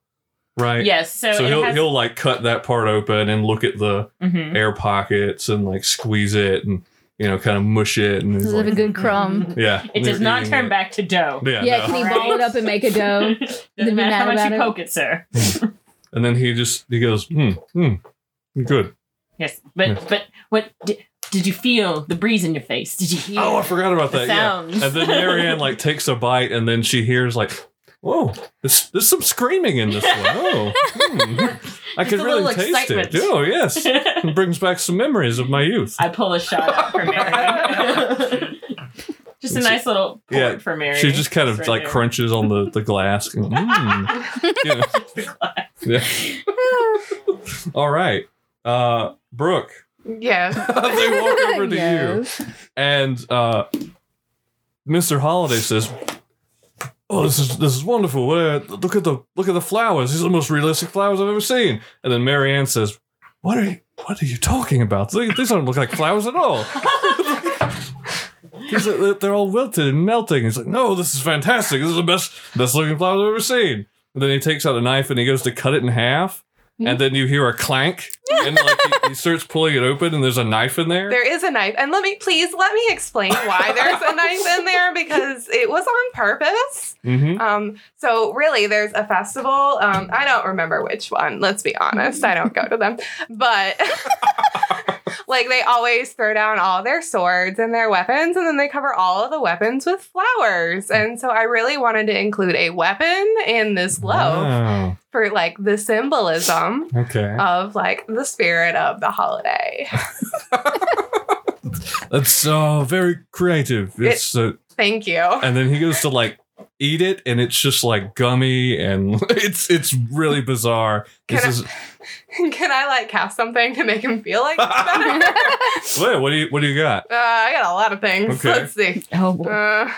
S1: right?
S2: Yes. So,
S1: So
S2: it
S1: he'll
S2: has-
S1: he'll like cut that part open and look at the
S2: Mhm.
S1: air pockets and like squeeze it and you know kind of mush it and he's
S3: Does it have a
S1: like,
S3: good crumb?
S1: yeah.
S2: It does
S1: they're
S2: not
S1: eating
S2: turn
S1: it.
S2: back to dough.
S1: Yeah.
S3: Yeah,
S1: no.
S3: can he ball it up and make a dough?
S2: Doesn't
S3: be
S2: matter how much
S3: mad about
S2: you
S3: it.
S2: poke it, sir.
S1: And then he just he goes hmm hmm good.
S2: Yes, but
S1: Yeah.
S2: but what did, did you feel? The breeze in your face? Did you hear?
S1: Oh, I forgot about
S2: The
S1: that. Yeah.
S2: sounds.
S1: And then Marianne *laughs* like takes a bite and then she hears like. Whoa, this, there's some screaming in
S2: *laughs*
S1: this one. Oh, hmm. I
S2: Just
S1: can
S2: a
S1: really
S2: little
S1: taste
S2: excitement.
S1: it. Oh, yes. It brings back some memories of my
S2: *laughs*
S1: youth.
S2: *laughs* I pull a shot out for Mary. *laughs* Just a nice little port
S1: Yeah,
S2: for Mary.
S1: She just kind of
S2: Right
S1: like
S2: there.
S1: crunches on the, the glass.
S2: *laughs*
S1: Mm. You know.
S2: *laughs*
S1: Yeah. All right. Uh, Brooke, *laughs* *laughs*
S5: Yeah.
S1: they walk over to you.
S3: *laughs* Yes.
S1: And uh, Mr. Holiday says, Oh, this is this is wonderful. Uh, look at the look at the flowers. These are the most realistic flowers I've ever seen. And then Marianne says, What are you what are you talking about? These these don't look like flowers at all. He's like, they're all wilted and melting. He's like, no, this is fantastic. This is the best, best looking flower I've ever seen. And then he takes out a knife and he goes to cut it in half. And then you hear a clank. and like he, he starts pulling it open, and there's a knife in there.
S5: There is a knife, and let me please let me explain why there's a knife in there because it was on purpose.
S1: Mm-hmm.
S5: *laughs* Um, so really, there's a festival. Um, I don't remember which one. Let's be honest, I don't go to them, but *laughs* like they always throw down all their swords and their weapons, and then they cover all of the weapons with flowers. And so I really wanted to include a weapon in this loaf
S1: Wow.
S5: for like the symbolism
S1: Ah. Okay.
S5: of like the spirit of the holiday.
S1: That's uh, very creative. It's uh, *laughs*
S5: Thank you.
S1: and then he goes to like eat it, and it's just like gummy, and *laughs* it's it's really bizarre. This
S5: Can I-
S1: is
S5: Can I like cast something to make him
S1: *laughs*
S5: feel like it's better?
S1: wait. What do you what do you got?
S5: uh, I got a lot of things.
S1: Okay.
S5: Let's see.
S3: Oh boy.
S5: Uh,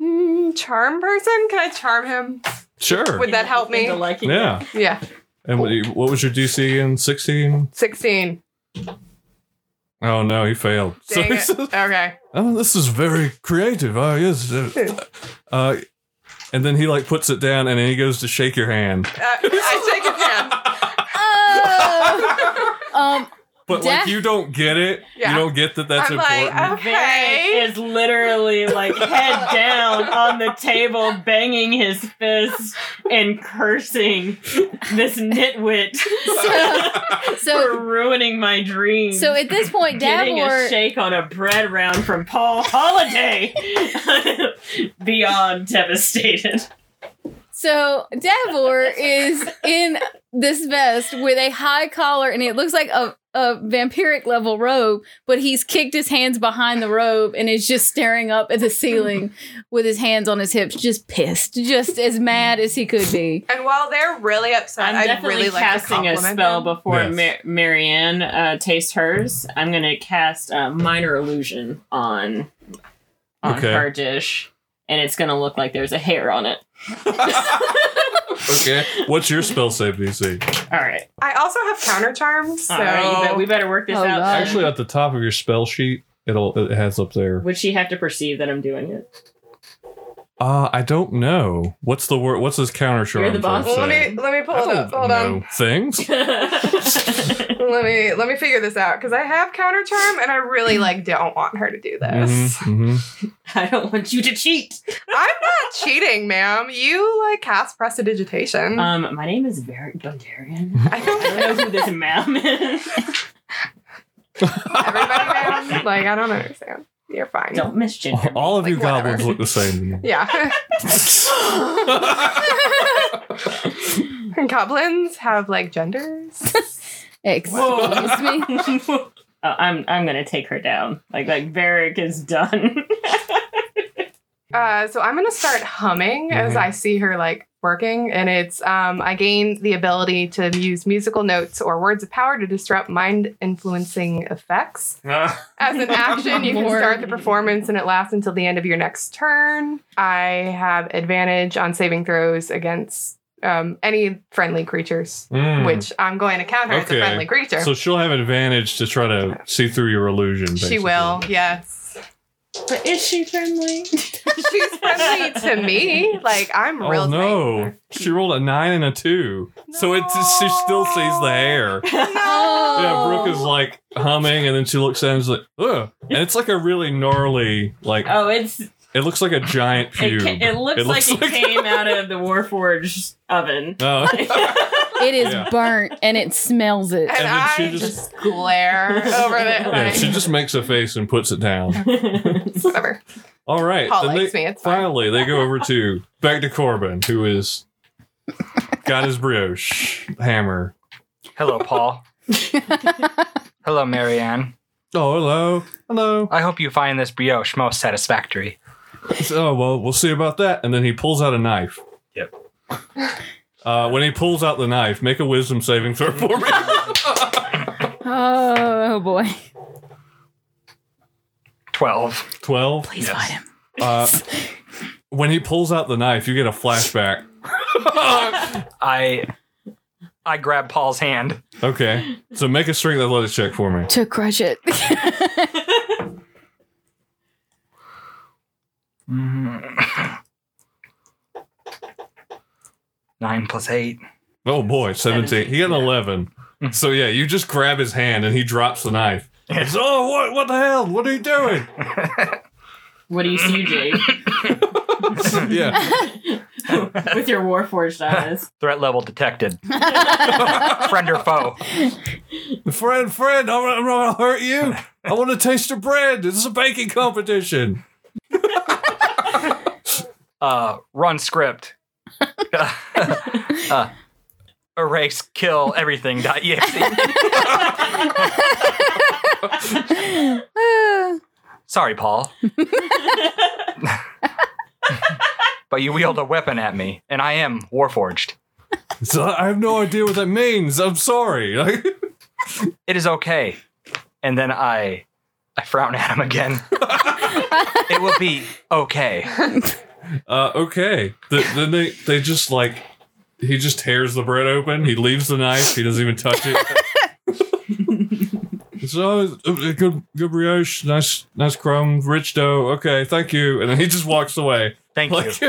S5: mm, charm person? Can I charm him?
S1: Sure.
S5: Would that help me?
S2: Into liking it.
S1: Yeah.
S5: Yeah,
S1: And what, what was your DC in sixteen?
S5: sixteen.
S1: Oh no, he failed. So
S5: Dang
S1: he
S5: it.
S1: says,
S5: Okay.
S1: Oh, this is very creative. Oh, yes.
S5: *laughs*
S1: Uh, uh, and then he like puts it down, and then he goes to shake your hand.
S5: Uh,
S1: *laughs*
S5: I shake his hand.
S3: Oh. *laughs* um.
S1: But
S3: Def-
S1: like you don't get it.
S5: Yeah.
S1: You don't get that that's
S5: I'm like, oh,
S1: important.
S5: I'm- Okay.
S2: Varric is literally like
S5: *laughs*
S2: head down on the table, banging his fist and cursing this nitwit
S3: So,
S2: for
S3: so,
S2: ruining my dream.
S3: so at this point,
S2: getting a
S3: Davor.
S2: shake on a bread round from Paul Holiday. *laughs* Beyond devastated.
S3: So Davor is in this vest with a high collar, and it looks like a. A vampiric level robe, but he's kicked his hands behind the robe and is just staring up at the ceiling with his hands on his hips, just pissed, just as mad as he could be.
S5: And while they're really upset,
S2: I'm
S5: i would
S2: definitely
S5: really like to
S2: casting a
S5: compliment
S2: spell
S5: him.
S2: before
S1: Yes.
S2: Mar- Marianne uh, tastes hers. I'm gonna cast a minor illusion on on
S1: Okay.
S2: her dish, and it's gonna look like there's a hair on it.
S1: okay. What's your spell save DC?
S2: All right,
S5: I also have counter charms, so
S2: all right. you bet- Oh. we better work this
S3: Oh,
S2: out.
S3: God.
S1: Actually, at the top of your spell sheet, it'll it has up there.
S2: would she have to perceive that I'm doing it? *laughs*
S1: Uh, I don't know. What's the word? What's this counter charm?
S2: You're the boss.
S1: thing
S5: Well, let
S1: say?
S5: me let me pull
S1: I
S5: it up.
S1: don't
S5: Hold
S1: know
S5: on.
S1: things.
S5: *laughs* Let me let me figure this out because I have counter charm and I really like don't want her to do this.
S1: Mhm, mhm.
S2: I don't want you to cheat.
S5: I'm not cheating, ma'am. You like cast prestidigitation.
S2: Um, my name is Varric Dundarian.
S5: I
S2: I don't
S5: don't
S2: know who this ma'am is.
S5: everybody ma'am. Like I don't understand. You're
S2: *laughs*
S5: fine.
S2: don't misgender.
S1: All of you
S5: Like, whatever.
S1: goblins look the
S5: *laughs*
S1: same.
S5: Yeah. *laughs* Goblins have
S1: *laughs*
S5: like genders.
S3: Excuse me.
S2: *laughs* Oh, I'm I'm gonna take her down. Like like Varric is done. *laughs*
S5: Uh, so I'm gonna start humming as
S1: Mhm.
S5: I see her like working, and it's um, I gain the ability to use musical notes or words of power to disrupt mind influencing effects.
S1: Ah. *laughs*
S5: As an action, you can
S3: Lord.
S5: start the performance and it lasts until the end of your next turn. I have advantage on saving throws against um, any friendly creatures,
S1: Mm.
S5: which I'm going to counter as a
S1: Okay.
S5: friendly creature.
S1: Mm. So she'll have advantage to try to see through your illusion.
S5: she
S1: basically.
S5: will, yes.
S2: But is she friendly?
S5: She's friendly to me. Like, I'm
S1: Oh
S5: real.
S1: no! She rolled a nine and a two, so it she still sees the hair.
S5: No.
S2: Oh.
S1: Yeah, Brooke is like humming, and then she looks at him and is like, "Ugh!" And it's like a really gnarly, like
S2: Oh, it's it,
S1: it looks like a giant pube.
S2: ca- it looks like it
S4: *laughs*
S2: came out of the Warforged oven. *laughs*
S1: Oh.
S3: It is
S1: Yeah.
S3: burnt and it smells it.
S5: And,
S1: And then
S5: I
S1: she
S5: just,
S1: just-
S5: glare over there.
S1: yeah,
S5: Like,
S1: she just makes a face and puts it
S2: *laughs*
S1: down.
S5: whatever.
S1: All right,
S5: Paul
S1: then
S5: likes
S1: they-
S5: me. It's fine.
S1: finally they go over
S2: *laughs*
S1: to back to Corbin, who is got his brioche hammer.
S4: *laughs* Hello, Paul. Hello, Marianne.
S1: Oh, hello, hello.
S4: I hope you find this brioche most satisfactory.
S1: oh well we'll see about that and then he pulls out a knife
S4: Yep.
S1: uh, when he pulls out the knife make a wisdom saving throw for
S2: *laughs*
S1: me
S3: Oh, boy.
S4: 12.
S1: 12
S3: Please
S4: Yes.
S3: fight him.
S1: uh, when he pulls out the knife you get a flashback
S4: I I grab Paul's hand.
S1: okay so make a strength athletics check for me
S3: To crush it. *laughs*
S4: Nine plus eight.
S1: oh boy 17 he got an 11 So yeah, you just grab his hand and he drops the knife. It's oh what what the hell? What are you doing? *laughs*
S2: What do you see, Jake?
S1: yeah.
S2: With your Warforged eyes. *laughs*
S4: Threat level detected. Friend or foe.
S1: Friend, friend, I'm, I'm not gonna hurt you. I want to taste your bread. This is a baking competition.
S4: Uh, run script. *laughs* uh, erase kill everything. *laughs* dot exe.
S3: Ah.
S4: Sorry, Paul. *laughs* but you wield a weapon at me, and I am warforged.
S1: So I have no idea what that means. I'm sorry. *laughs* Like,
S4: It is okay. And then I, I frown at him again. it will be okay.
S1: uh, okay. Th then they they just like he just tears the bread open. He leaves the knife. He doesn't even touch it. *laughs* so uh, good good brioche, nice nice crumb, rich dough. Okay, thank you. And then he just walks away.
S4: Thank you.
S1: Like,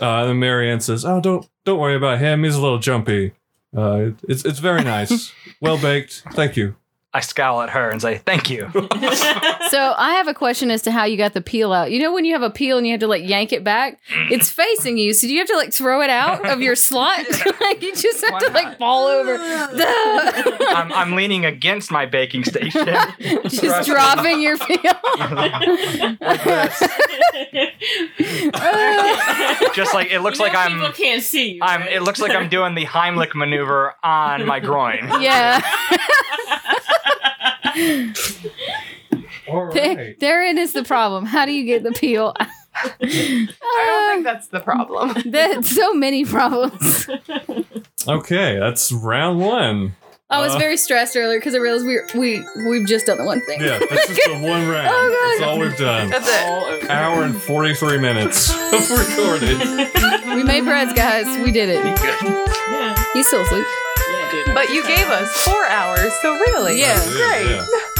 S1: uh, and Marianne says, "Oh, don't don't worry about him. He's a little jumpy. Uh, it's it's very nice, well baked. Thank you."
S4: I scowl at her and say, "Thank you."
S3: So I have a question as to how you got the peel out. You know when you have a peel and you have to like yank it back, it's facing you. So do you have to like throw it out of your slot? *laughs* like you just have
S4: Why
S3: to like
S4: not?
S3: fall over,
S4: I'm, I'm leaning against my baking station.
S3: *laughs* just dropping your
S1: *laughs*
S3: peel.
S4: Just like it looks
S2: You know
S4: like I'm,
S2: People can't see you.
S4: I'm.
S2: right?
S4: It looks like I'm doing the Heimlich maneuver on my groin.
S3: yeah,
S1: All
S3: There- therein is the problem. How do you get the peel?
S5: I don't think that's the problem.
S3: *laughs* That's so many problems.
S1: Okay, that's round one.
S3: I was
S1: Uh.
S3: very stressed earlier because I realized we we we've just done the one thing.
S1: Yeah, this
S3: *laughs*
S1: is the one round.
S3: Oh, God.
S1: That's all we've done.
S5: That's it.
S2: *laughs* All over.
S1: Hour and forty three minutes of recording.
S3: We made breads, guys. We did it.
S2: Yeah.
S3: He's still asleep.
S2: Yeah, dude.
S5: But you gave us four hours, so really.
S3: Yeah.
S5: Great.
S1: Yeah.